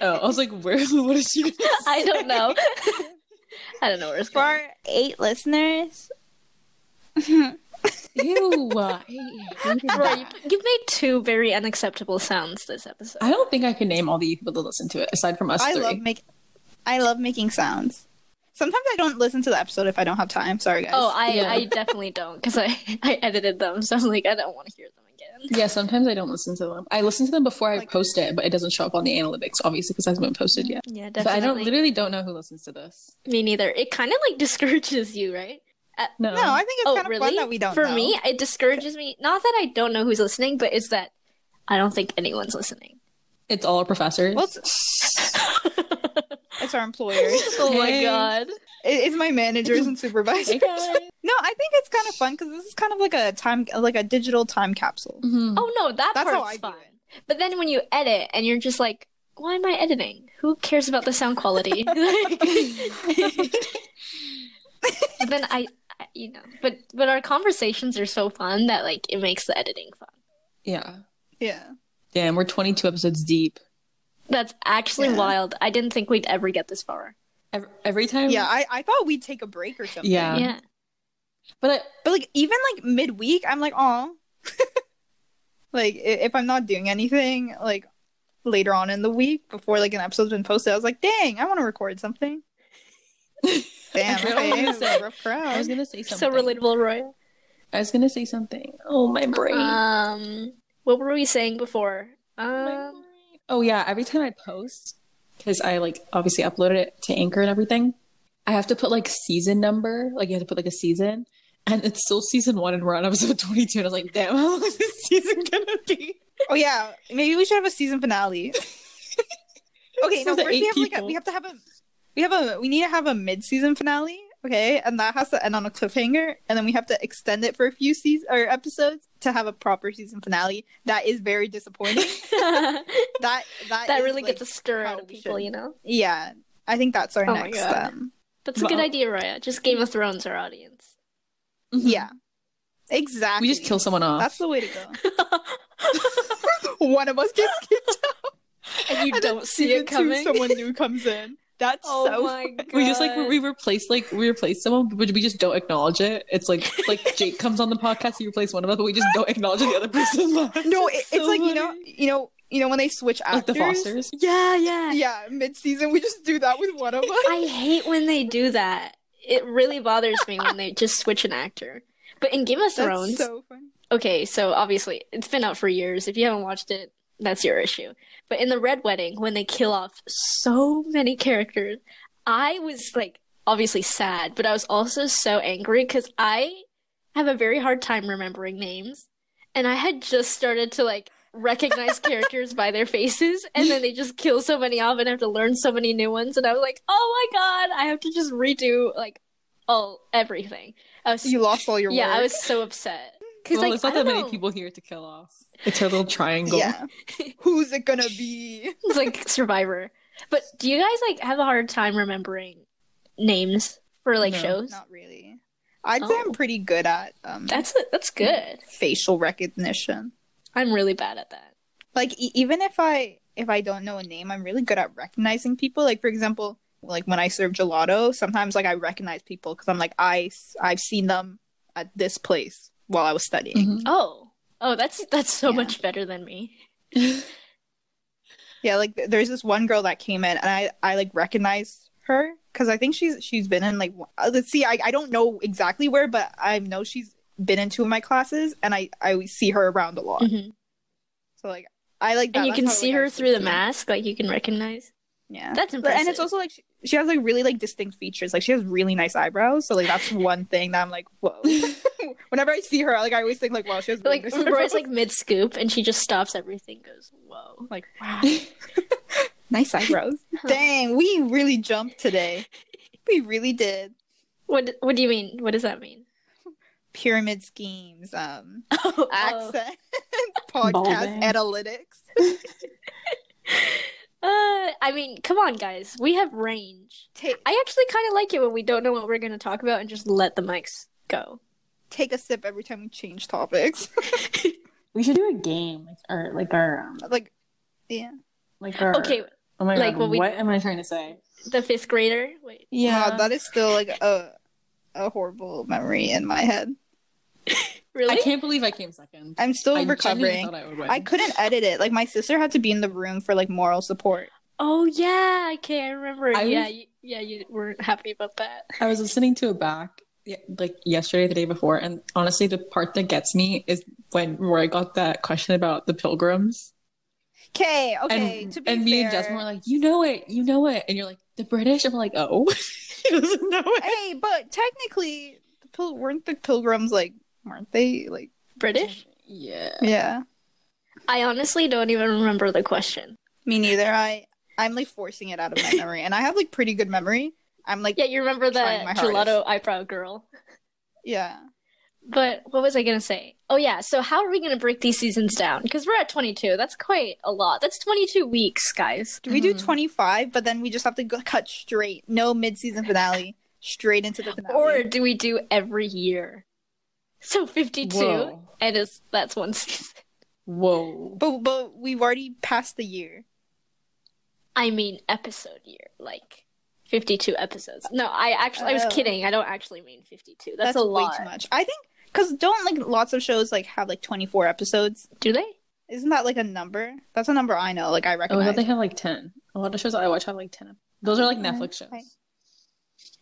B: Oh, I was like, where? [laughs] What is she? Gonna
A: I don't know. [laughs] I don't know where it's
C: For
A: going.
C: our eight listeners, [laughs]
B: Ew. I hated
A: Roy, you,
B: that.
A: you've made two very unacceptable sounds this episode.
B: I don't think I can name all the people that listen to it aside from us
C: I
B: three.
C: love make. I love making sounds. Sometimes I don't listen to the episode if I don't have time. Sorry, guys.
A: Oh, I,
B: Yeah.
A: I definitely don't because I, I edited them, so I'm like, I don't want to hear them again.
B: yeah, sometimes I don't listen to them. I listen to them before I
C: Like-
B: post it, but it doesn't show up on the analytics, obviously, because it hasn't been posted yet.
A: Yeah,
B: But I
A: definitely.
B: don't literally don't know who listens to this.
A: Me neither. It kind of like discourages you, right?
B: No,
C: no, I think it's
A: oh,
C: kind of
A: really?
C: fun that we don't.
A: For
C: know.
A: me, it discourages me. Not that I don't know who's listening, but it's that I don't think anyone's listening.
B: it's all
A: [laughs]
B: professors.
C: well, it's, it's our employers.
A: Oh
B: Hey.
A: my god.
C: It- it's my managers and
A: [laughs]
C: supervisors.
B: hey guys.
C: No, I think it's kind of fun because this is kind of like a time, like a digital time capsule.
B: Mhm.
A: Oh no, that
C: Mm-hmm. That's
A: part's
C: how I do
A: fun.
C: it.
A: But then when you edit and you're just like, why am I editing? Who cares about the sound
C: [laughs]
A: quality?
B: [laughs]
A: But then I, I, you know, but but our conversations are so fun that like it makes the editing fun.
B: Yeah.
C: Yeah.
B: Damn, we're 22 episodes deep.
A: That's actually
C: Yeah.
A: wild. I didn't think we'd ever get this far.
B: Every, every time.
C: Yeah, I, I thought we'd take a break or something.
B: Yeah.
A: yeah.
B: But I,
C: But like even like midweek, I'm like, oh, [laughs] like i- if I'm not doing anything like later on in the week before like an episode's been posted, I was like, dang, I want to record something.
B: [laughs]
C: Damn,
B: I don't know what
C: okay,
B: to
C: it's a
B: say.
C: rough
B: I was
C: crowd.
B: gonna say something.
A: So relatable, Roy.
C: Uh,
B: I was gonna say something. Oh, my brain.
A: Um, What were we saying before? [laughs] Um,
B: Oh yeah, every time I post, because I like obviously uploaded it to Anchor and everything, I have to put like season number. Like you have to put like a season, and it's still season one, and we're on episode twenty two. And I was like, damn, [laughs] how long is this season gonna be?
C: Oh yeah, maybe we should have a
A: [laughs]
C: season finale. okay,
B: For
C: no,
B: the
C: first we
B: eight
C: have like a,
B: people.
C: we have to have a we have a we need to have a mid season finale. Okay, and that has to end on a cliffhanger, and then we have to extend it for a few seasons or episodes to have a proper season finale. That is very
A: [laughs]
C: disappointing.
A: that
C: that that is,
A: really
C: like,
A: gets a stir
C: how
A: out of
C: we
A: people,
C: should-
A: you know?
C: yeah. I think that's our
A: Oh my
C: next.
A: God.
C: Um,
A: That's a good
B: Well-
A: idea, Raya. Just Game of Thrones our audience.
C: yeah, exactly.
B: we just kill someone off.
C: That's the way to
A: [laughs]
C: go. [laughs] One of us gets kicked
A: and you
C: and then
A: don't [laughs] see it
C: season two,
A: coming.
C: someone new comes in. That's
A: oh
C: so
A: my
C: [laughs]
A: god.
B: we just like we replace like we replace someone, but we just don't acknowledge it. It's like
C: [laughs]
B: like Jake comes on the podcast, he replaces one of us, but we just don't acknowledge the other person. left.
C: [laughs] No, it, it's
B: so
C: like you know,
B: funny.
C: you know, you know when they switch
B: like
C: actors.
B: the Fosters.
A: Yeah, yeah.
C: Yeah, mid season we just do that with one of us.
A: [laughs] I hate when they do that. It really bothers me when they just switch an actor. But in Game of
C: That's
A: Thrones,
C: so funny.
A: okay, so obviously it's been out for years. If you haven't watched it, that's your issue. But in the Red Wedding, when they kill off so many characters, I was like obviously sad, but I was also so angry because I have a very hard time remembering names. And I had just started to like recognize characters by their faces, and then they just kill so many off and have to learn so many new ones. And I was like, oh my god, I have to just redo like all everything. I was
C: You lost all your
A: yeah, I
C: work.
A: was so upset [laughs] because
B: Well,
A: like
B: there's not
A: I
B: that
A: don't
B: many
A: know.
B: people here to kill off. It's her little
A: [laughs]
B: triangle.
C: Yeah. Who's it gonna be?
A: It's like Survivor. But do you guys like have a hard time remembering names for like
B: No.
A: shows?
C: Not really. I'd say
A: Oh.
C: I'm pretty good at um
A: That's that's good.
C: facial recognition.
A: I'm really bad at that.
C: Like e- even if I if I don't know a name, I'm really good at recognizing people. Like for example, like when I serve gelato, sometimes like I recognize people because I'm like I s- I've seen them at this place while I was studying.
B: Mhm.
A: Oh, oh, that's that's so
C: Yeah.
A: much better than [laughs] me.
C: Yeah, like th- there's this one girl that came in, and I I like recognized her because I think she's she's been in like one- uh, let's see, I I don't know exactly where, but I know she's been in two of my classes, and I I always see her around a lot.
A: Mhm.
C: So like I like that.
A: And you
C: that's
A: can
C: how, like,
A: see
C: I
A: her
C: was
A: through the
C: perceived.
A: mask, like you can recognize.
C: Yeah,
A: That's
C: But-
A: impressive.
C: and it's also like she, she has like really like distinct features. Like she has really nice eyebrows, so like
A: [laughs]
C: that's one thing that I'm like whoa. Whenever I see her, like I always think like wow, she has
A: But,
C: really
A: [laughs] like
C: nice
A: Roy's
C: eyebrows.
A: like mid scoop, and she just stops everything. Goes whoa.
C: [laughs] like wow, nice eyebrows. [laughs] Dang, we really jumped today. We really did.
A: What what do you mean? What does that mean?
C: pyramid schemes, um,
A: [laughs] Oh,
C: accent,
B: [laughs]
C: podcast
B: Ballroom.
C: analytics.
A: Uh, I mean, come on, guys. We have range.
C: Take
A: I actually kind of like it when we don't know what we're going to talk about and just let the mics go.
C: take a sip every time we change topics. [laughs]
B: We should do a game, like our like our um,
C: like, yeah,
B: like our.
A: Okay,
B: Oh my
A: like
B: god,
A: what
B: what,
A: we-
B: am I trying to say?
A: the fifth grader. Wait.
C: yeah, that is still like a a horrible memory in my head.
A: Really?
B: I can't believe I came second.
C: I'm still
B: I genuinely
C: recovering.
B: thought I would win.
C: I couldn't edit it. Like my sister had to be in the room for like moral support.
A: Oh yeah, okay, I remember.
B: I
A: yeah,
B: was-
A: you, yeah, you weren't happy about that.
B: I was listening to it back yeah, like yesterday, the day before, and honestly, the part that gets me is when Roy got that question about the pilgrims,
C: Okay, okay.
B: and
C: to be
B: and
C: fair,
B: me and Jasmine were like, "You know it, you know it," and you're like, "The British," I'm like, "Oh, [laughs] she doesn't know
C: [laughs]
B: it."
C: hey, but technically, the pil- weren't the pilgrims like weren't they like
A: British?
B: Yeah,
C: yeah?
A: I honestly don't even remember the question.
C: Me neither. I I'm like forcing it out of [laughs] my memory, and I have like pretty good memory. I'm like
A: Yeah, you remember the
C: Trying my
A: gelato eyebrow girl.
C: yeah.
A: But what was I gonna say? Oh yeah, so how are we gonna break these seasons down? Because we're at 22. That's quite a lot. That's 22 weeks, guys.
C: Do we do
B: Mhm.
C: 25, but then we just have to go cut straight? No mid season finale, straight into the finale.
A: Or do we do every year? So 52,
B: Whoa.
A: and it's that's one season.
B: whoa.
C: but but we've already passed the year.
A: I mean episode year, like 52 episodes. No, I actually I was
C: Oh.
A: kidding. I don't actually mean 52. That's, a lot.
C: way too much. I think because don't like lots of shows like have like 24 episodes.
A: Do they?
C: Isn't that like a number? That's a number I know. Like I
B: Oh, I
C: recognize.
B: thought they have like ten. A lot of shows I watch have like ten. Those are like
C: Okay.
B: Netflix shows.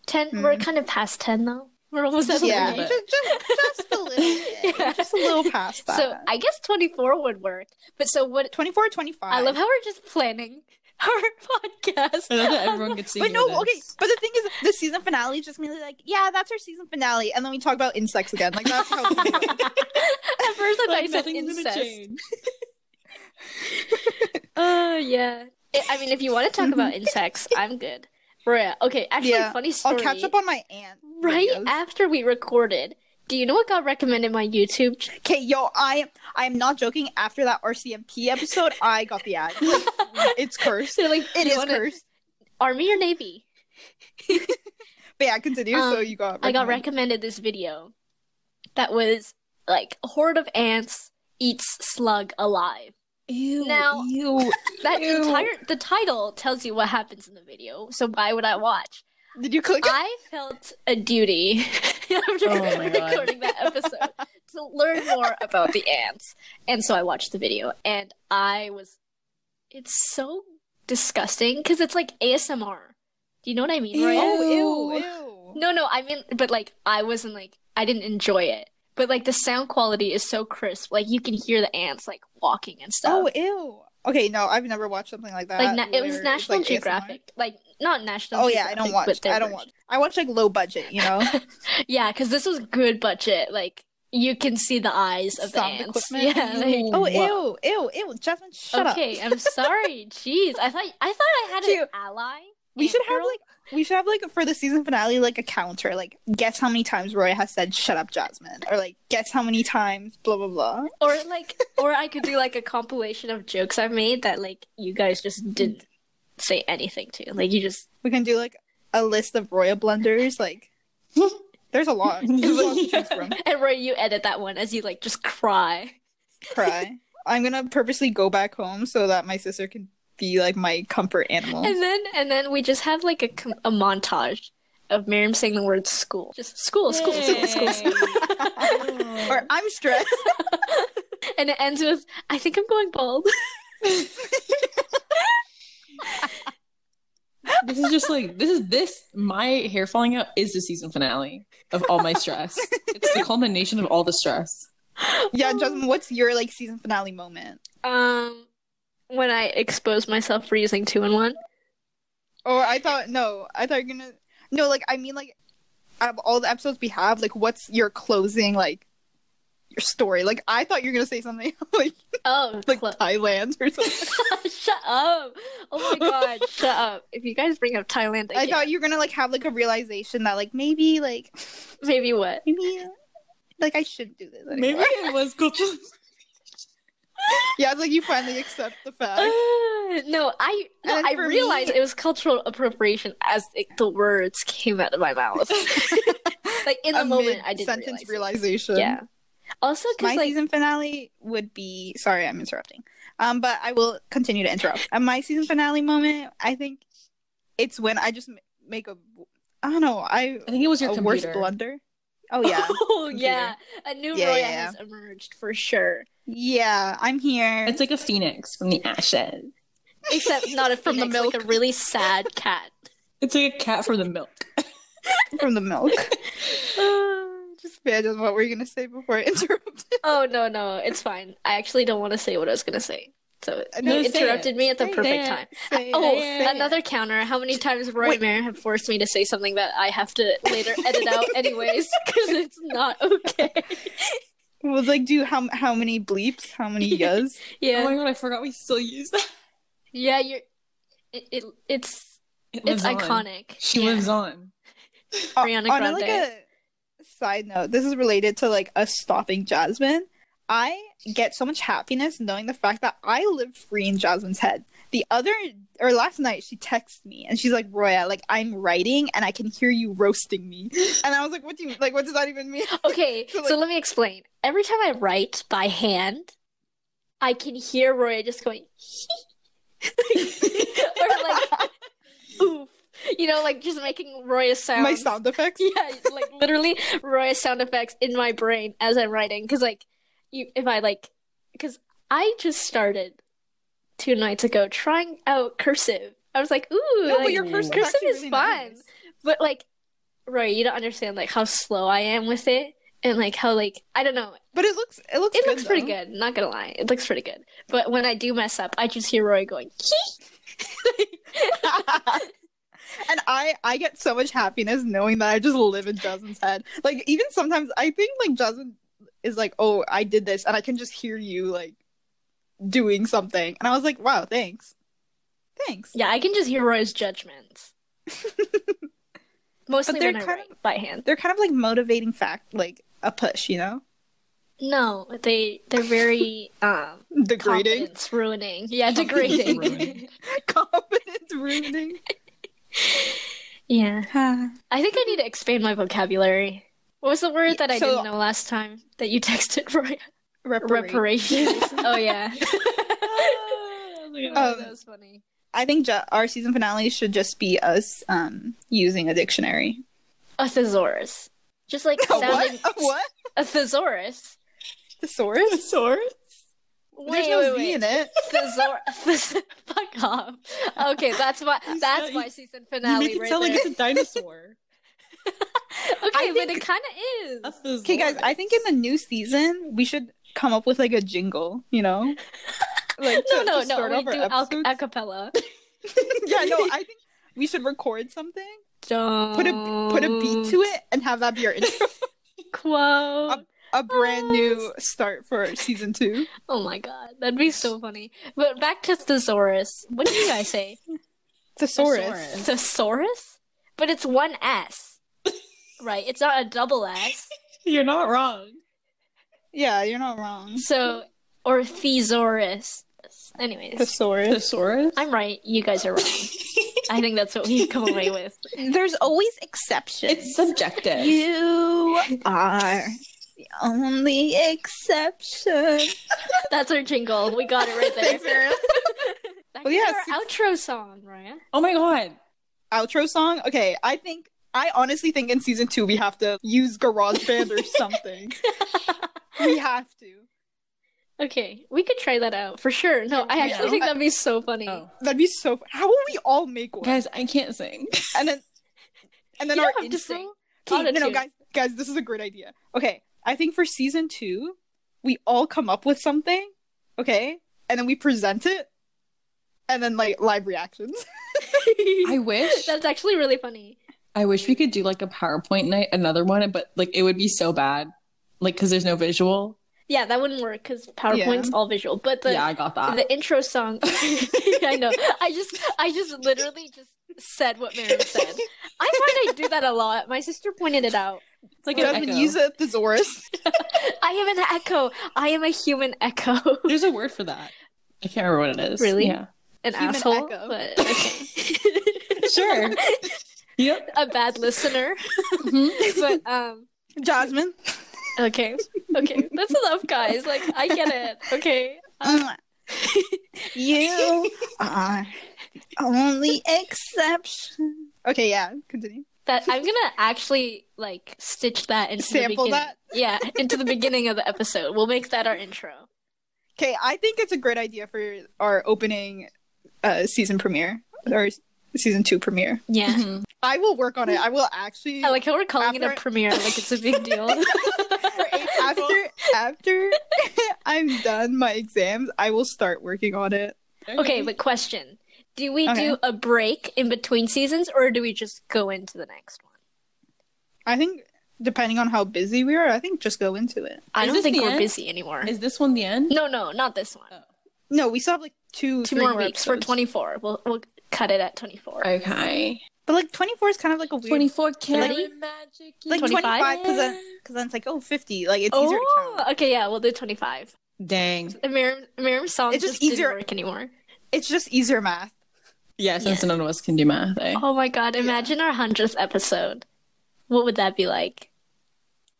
A: 10 we're
C: Hmm. Mm.
A: kind of past 10 though. We're almost at
B: Just a
C: yeah,
B: little
A: [laughs]
B: bit.
C: just, just, just a little bit.
A: Yeah.
C: Just a little past that.
A: So I guess 24 would work. But so what?
C: 24, 25.
A: I love how we're just planning [laughs] our podcast.
B: I love
C: [laughs]
B: that everyone could see.
C: But
B: you
C: no,
B: with us.
C: okay. But the thing is, the season finale is just gonna be like, yeah, that's our season finale, and then we talk about insects again. Like
A: [laughs]
C: that's how.
A: [laughs] At first, I thought
B: Like,
A: you said
B: nothing's gonna
A: incest.
B: change.
A: Oh yeah. I- I mean, if you want to talk
C: [laughs]
A: about insects, I'm good. Bria, okay. Actually,
C: Yeah,
A: funny story.
C: I'll catch up on my aunt.
A: right after we recorded. Do you know what got recommended in my YouTube? ch-
C: Okay, yo, I I am not joking. After that RCMP episode, I got the ad.
A: [laughs]
C: Like, it's cursed.
A: They're like,
C: It
A: "You
C: is
A: wanna-
C: cursed.
A: Army or Navy?
C: But yeah, continue. so
A: Um,
C: you got.
A: I got
C: recommended.
A: recommended this video that was like a horde of ants eats slug alive.
B: Ew,
A: Now-
B: [laughs] ew.
A: That
B: Ew.
A: entire the title tells you what happens in the video, so why would I
B: [laughs]
A: watch?
C: Did
A: [laughs]
C: you click? it?
A: I felt a duty [laughs] after
B: Oh
A: [laughs]
B: my God.
A: recording that episode to learn more about the ants. And so I watched the video and I was it's so disgusting because it's like ASMR. Do you know what I mean,
B: Ew.
A: Raya?
C: Oh, ew, ew.
A: No, no, I mean, but like, I wasn't like, I didn't enjoy it. But like, the sound quality is so crisp. Like, you can hear the ants like walking and stuff.
C: Oh, ew. Okay, no, I've never watched something like that.
A: like, na- it
C: where
A: was
C: it's,
A: National
C: like, ASMR.
A: Geographic. Like, not National
C: Oh yeah, I
A: Geographic.
C: don't watch.
A: but their
C: I don't
A: version.
C: watch. I watch like low budget. You know.
A: Yeah, because this was good budget. Like, you can see the eyes of the
C: Sound
A: ants. [laughs]
C: equipment?
A: Yeah, like,
C: [laughs] Oh ew, ew, ew, Jasmine, shut up.
A: okay, I'm
C: [laughs]
A: sorry. Jeez, I thought I thought I had an
C: Cute.
A: ally.
C: We
A: ant
C: should have
A: girl.
C: like we should have like for the season finale like a counter. Like guess how many times Roy has said shut up Jasmine or like guess how many times blah blah blah.
A: or like, or I could do like a compilation of jokes I've made that like you guys just didn't say anything to. Like, you just.
C: We can do like a list of Roya blunders like [laughs] there's a lot. There's a lot to choose from.
A: [laughs] And Roy, you edit that one as you like just cry.
C: Cry. I'm going to purposely go back home so that my sister can be like my comfort animal.
A: [laughs] And then and then we just have like a, com- a montage of Miriam saying the word school. Just school, school, school, school,
B: [laughs]
A: school.
B: Oh.
C: or I'm stressed.
A: And it ends with I think I'm going bald. [laughs]
B: this is just like this is this my hair falling out is the season finale of all my stress. it's the culmination of all the stress.
C: yeah, Jasmine, what's your like season finale moment?
A: Um when I expose myself for using two in one.
C: Or I thought no, I thought you're gonna no, like I mean like out of all the episodes we have, like what's your closing like your story? Like I thought you were gonna say something [laughs] like
A: Oh,
C: [laughs] like
A: clo-
C: Thailand or
A: [laughs]
C: something.
A: shut up.
C: [laughs]
A: Oh my god, shut up. If you guys bring up Thailand again,
C: I thought you were gonna like have like a realization that like maybe like
A: maybe what?
C: maybe like I shouldn't do this anymore.
B: Maybe it was culture.
C: [laughs] Yeah, it's like you finally accept the fact.
A: Uh, no, I no,
C: And
A: I
C: for me-
A: realized it was cultural appropriation as it, the words came out of my mouth. [laughs] like [laughs] in the
C: [laughs] a
A: moment, I didn't
C: sentence
A: realize.
C: realization.
A: it. Yeah. Also,
C: my
A: because like [laughs]
C: season finale would be sorry i'm interrupting um but i will continue to interrupt and my season finale moment i think it's when i just m- make a i don't know i
B: I think it was
C: a
B: your
C: worst
B: computer.
C: blunder
A: [laughs]
C: oh yeah
A: oh yeah, a new
C: Yeah,
A: Roya
C: yeah, yeah.
A: has emerged for sure.
C: yeah i'm here
B: It's like a phoenix from the ashes.
A: Except not a
C: [laughs] From the
A: phoenix, like a really sad
C: [laughs]
A: cat.
B: It's like a cat from the milk.
C: from
A: [laughs]
C: the milk [sighs]
A: Uh, just
C: yeah just what were you gonna say before i interrupted
A: oh no no, it's fine. I actually don't want to say what I was gonna say, so it
C: No,
A: you
C: say
A: interrupted me at the
B: Say
A: perfect
B: it.
A: time.
C: Say
A: Oh,
C: it, say it.
A: another counter. How many times Roy
C: Wait.
A: and Mary have forced me to say something that I have to later edit out anyways because it's not okay.
C: It was like do how how many bleeps
A: [laughs]
C: how many yes
A: Yeah,
B: Oh my god, I forgot we still use that.
A: yeah, you're. It, it it's
B: It
A: it's
B: lives on.
A: iconic.
B: She
A: yeah.
B: lives on.
C: Uh,
A: Ariana
C: on a, like
A: Grande.
C: a side note, this is related to like us stopping Jasmine. I get so much happiness knowing the fact that I live free in Jasmine's head. The other or last night, she texts me and she's like, "Roya, like I'm writing and I can hear you roasting me." [laughs] And I was like, "What do you like? What does that even mean?"
A: Okay, [laughs]
C: So,
A: so,
C: like-
A: let me explain. Every time I write by hand, I can hear Roy just going, or like, oof, you know, like just making Roy a sound.
C: [laughs] My sound effects.
A: [laughs] yeah, like literally Roy sound effects in my brain as I'm writing because like you if I like because I just started two nights ago trying out cursive. I was like, ooh,
C: No,
A: like,
C: but your cursive,
A: cursive
C: actually
A: is
C: really
A: fun,
C: nice.
A: but like Roy, you don't understand like how slow I am with it. and like how like I don't know.
C: But it looks it looks
A: It looks pretty
C: though.
A: good. Not gonna lie, it looks pretty good. But when I do mess up, I just hear Roy going.
C: [laughs] and I I get so much happiness knowing that I just live in Jasmine's head. Like even sometimes I think like Jasmine is like, "Oh, I did this," and I can just hear you like doing something, and I was like, "Wow, thanks, thanks."
A: Yeah, I can just hear Roy's
C: [laughs]
A: judgments. Mostly
C: they're
A: when I
C: kind of-
A: write by hand.
C: They're kind of like motivating fact, like a push, you know,
A: No, they they're very um
C: degrading,
A: confidence ruining. Yeah, degrading.
B: ruining.
C: [laughs] confidence ruining.
A: yeah,
C: Ah.
A: I think I need to expand my vocabulary. What was the word that I
C: So-
A: didn't know last time that you texted [laughs] Roy?
C: Reparate.
A: Reparations. [laughs] oh yeah.
C: Oh God,
A: that
C: that
A: was funny.
C: I think ju- our season finale should just be us um using a dictionary. [laughs]
A: A thesaurus. Just like
C: A
A: sounding
C: what? A [laughs] what?
A: a thesaurus.
C: Thesaurus?
B: Thesaurus?
C: There's no Z in [laughs] it.
A: [laughs] Thesaur- thes- Fuck off. Okay, that's
C: [laughs]
A: my
B: You
A: that's
B: sound-
A: my season
B: You
A: finale
B: make it
A: right
B: sound like
A: there.
B: it's a dinosaur.
A: [laughs] okay, but it
C: think-
A: kind of is.
B: A thesaurus.
C: Okay, guys, I think in the new season we should come up with like a jingle, you [laughs] know? Like
A: No,
C: to-
A: no,
C: to
A: no.
C: start
A: We
C: off our
A: do al-
C: [laughs] episodes.
A: acapella.
C: yeah, no, I think we should record something,
A: Don't
C: put a put a beat to it, and have that be our [laughs] intro.
A: Quote.
C: a brand new start for season two.
A: oh my god, that'd be so funny. But back to thesaurus. What do you guys
C: [laughs]
A: say?
C: Thesaurus.
B: Thesaurus.
A: thesaurus? But it's one S, right? It's not a double S.
B: You're not wrong.
C: Yeah, you're not wrong.
A: So or thesaurus. Anyways,
C: Thesaurus.
B: Thesaurus?
A: I'm right. You guys are wrong.
C: [laughs]
A: I think that's what we come away with.
C: There's always exceptions.
B: It's subjective.
C: you [laughs] are the only exception.
A: That's our jingle. We got it right there.
C: Thanks, Ariel.
A: That
C: Oh,
A: could be
C: yes,
A: our outro song, Ryan.
B: Oh my god.
C: outro song. Okay, I think I honestly think in season two we have to use GarageBand or
A: [laughs]
C: something. we have to.
A: Okay, we could try that out for sure. No, I actually
B: Yeah.
A: think that'd be so funny.
B: Oh.
C: That'd be so. How will we all make one?
B: Guys, I
C: [laughs]
B: can't sing.
C: And then, and then
A: You
C: our
A: don't have to
C: intro.
A: sing.
C: Okay, no, no,
A: Auto-tune.
C: guys, guys, this is a great idea. Okay, I think for season two, we all come up with something. Okay, and then we present it, and then like
A: [laughs]
C: live reactions. [laughs]
B: I wish
A: That's actually really funny.
B: I wish we could do like a PowerPoint night, another one, but like it would be so bad. Like cuz there's no visual.
A: Yeah, that wouldn't work because PowerPoint's all visual. But the
B: yeah, I got that.
A: the intro song, [laughs] I know. I just I just literally just said what Miriam said. I find I do that a lot. My sister pointed it out.
B: it's like an
C: Jasmine,
B: echo.
C: use a
A: [laughs]
C: thesaurus.
A: I am an echo. I am a human echo. [laughs]
B: There's a word for that. I can't remember what it is.
A: Really?
B: Yeah.
A: An
C: Human
A: asshole,
C: echo.
B: [laughs]
A: but okay.
B: Sure. [laughs] yep.
A: [laughs] a bad listener.
B: Mhm.
A: But um,
C: Jasmine.
A: okay, okay, that's enough, guys. Like I get it. Okay, Uh, [laughs]
C: you are the only exception. Okay, yeah, continue.
A: That I'm gonna actually like stitch that into the
C: Sample
A: beginning.
C: that?
A: Yeah, into the beginning of the episode. We'll make that our intro.
C: Okay, I think it's a great idea for our opening uh, season premiere or s- season two premiere.
A: Yeah.
B: Mhm.
C: I will work on it. I will
A: [laughs]
C: actually
A: I
C: [laughs]
A: like how we're calling it a
C: After-
A: premiere, like it's a big deal.
C: [laughs]
A: [laughs]
C: after after [laughs] I'm done my exams, I will start working on it.
A: okay, but question. Do we do
C: Okay.
A: a break in between seasons or do we just go into the next one?
C: I think depending on how busy we are, I think just go into it.
A: I
B: Is
A: don't
B: this
A: think
B: the
A: we're
B: end?
A: busy anymore.
B: is Uh, this one the end?
A: No, no, not this one.
C: No, we still have like two,
A: Two
C: three
A: more weeks. We're
C: episodes.
A: 24. We'll we'll cut it at 24.
B: Okay.
C: But like twenty four is kind of like a weird
B: 24
A: Thirty?
B: karat magic.
C: like
A: 25?
C: 25 because then because then it's like oh 50 like it's easier to
A: Oh,
C: count
A: okay, yeah, we'll do 25.
B: Dang.
A: Miriam, Miriam's song
C: It's
A: just,
C: just
A: didn't
C: easier-
A: work anymore.
C: it's just easier math
B: Yeah, since
A: Yeah.
B: none of us can do math. eh?
A: Oh my god, imagine our 100th episode. What would that be like?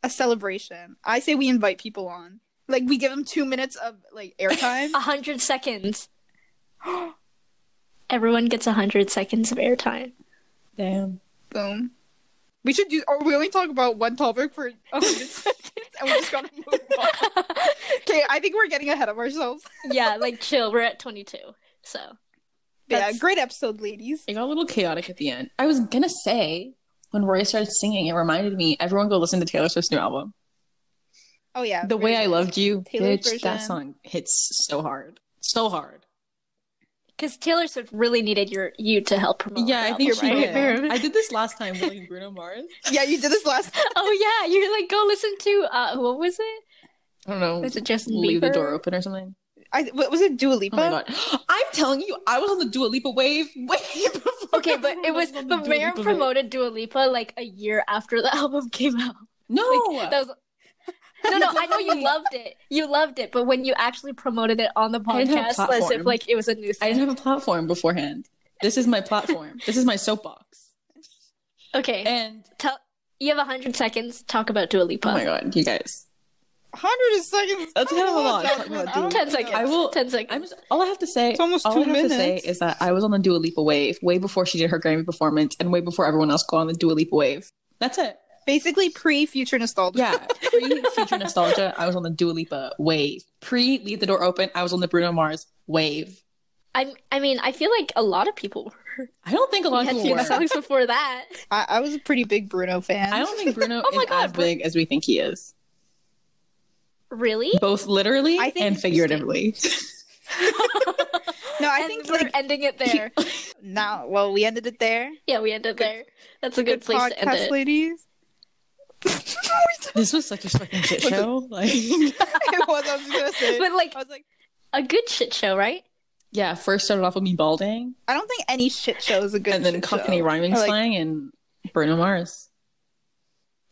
C: a celebration i say we invite people on like we give them two minutes of like
B: [laughs]
C: airtime
A: 100 seconds. [gasps] Everyone gets 100 seconds of airtime. [laughs]
B: Damn.
C: boom we should do or we only talk about one topic for 100
B: [laughs]
C: seconds and we just gotta move on okay i think we're getting ahead of ourselves
A: Yeah, like chill, we're at 22. So,
C: But yeah
A: That's-
C: great episode ladies
B: It got a little chaotic at the end. I was gonna say when Roy started singing, it reminded me everyone go listen to Taylor Swift's new album.
C: Oh yeah,
B: the way I
C: version.
B: loved you,
C: Taylor
B: bitch. That
C: version.
B: song hits so hard, so hard.
A: Because Taylor Swift really needed your you to help promote.
B: yeah,
A: her
B: I think she
A: album, Oh, right? [laughs]
B: did. I did this last time with like Bruno Mars.
C: Yeah, you did this last.
A: oh yeah, you're like go listen to uh, what was it?
B: I don't know.
A: Was it Justin
B: Leave the
A: Bieber?
B: door open or something.
C: I what was it? Dua Lipa.
B: Oh my god! [gasps] I'm telling you, I was on the Dua Lipa wave way [laughs] before.
A: Okay, but it
B: everyone
A: was [laughs]
B: on
A: the
B: Dua
A: Mayor
B: Lipa wave.
A: promoted Dua Lipa like a year after the [laughs] album came out.
B: No,
A: Like, that was. [laughs] No, no, I know
B: [laughs]
A: you loved it. You loved it, but when you actually promoted it on the
B: I didn't
A: podcast,
B: have a
A: as if
B: platform.
A: like it was a new
B: I
A: thing.
B: didn't have a platform beforehand. This is my platform. this is my soapbox.
A: Okay,
B: And
A: tell you have hundred seconds. Talk about Dua Lipa.
B: oh my god, you guys,
C: Hundred seconds.
B: That's kind of a lot. Talking about Dua
A: Ten seconds.
B: I will-
A: Ten seconds.
B: I'm just, all I have to say.
C: It's almost
B: all
C: two
B: I have to say
C: minutes.
B: is that I was on the Dua Lipa wave way before she did her Grammy performance, and way before everyone else got on the Dua Lipa wave. That's it.
C: Basically, pre-future nostalgia.
B: Yeah, pre future nostalgia, I was on the Dua Lipa wave. Pre leave the door open, I was on the Bruno Mars wave.
A: I'm. I mean, I feel like a lot of people
B: I don't think a lot
A: had
B: of people
A: two
B: were.
A: songs before that.
C: I, I was a pretty big Bruno fan.
B: I don't think Bruno
A: Oh my
B: is
A: God,
B: as
A: Bru-
B: big as we think he is, [laughs]
A: Really?
B: both literally
C: I think-
B: and figuratively.
C: no, I
A: and
C: think
A: we're
C: like
A: ending it there.
C: now. Well, we ended it there.
A: yeah, we ended
C: Good-
A: there. That's a good, place to end it.
C: ladies.
B: this [laughs] was such a fucking shit
C: Was it-
B: show. Like,
C: it was. I was just gonna say.
A: But like
C: I was like,
A: a good shit show, right?
B: [laughs] yeah, first started off with me balding,
C: I don't think any shit show is a good.
B: and then
C: shit
B: Cockney
C: show.
B: rhyming
C: Or, like,
B: slang, and Bruno Mars.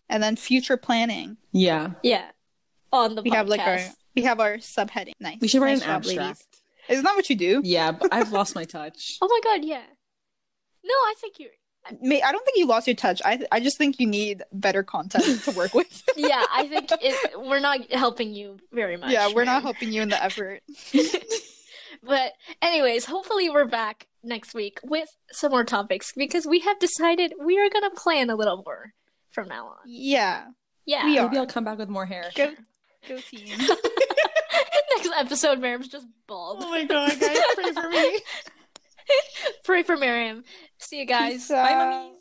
C: and then future planning.
B: Yeah,
A: Yeah. On the
C: We
A: podcast.
C: have like our we have our subheading. Nice.
B: we should write
C: nice
B: an
C: job,
B: abstract.
C: ladies. Isn't that what you do?
B: Yeah, but I've lost my touch.
A: Oh my god, yeah. No, I think you.
C: May- I don't think you lost your touch. I I just think you need better content to work with.
A: Yeah, I think it, we're not helping you very much.
C: yeah, we're
A: man.
C: not helping you in the effort.
A: But anyways, hopefully we're back next week with some more topics because we have decided we are gonna plan a little more from now on.
C: Yeah,
A: Yeah.
C: [laughs] We
B: Maybe
C: are.
B: I'll come back with more hair.
C: go go team.
A: [laughs] next episode, Miriam's just bald.
C: [laughs] my [laughs] god, guys, pray for me.
A: Pray for Miriam. See you guys.
C: Peace out.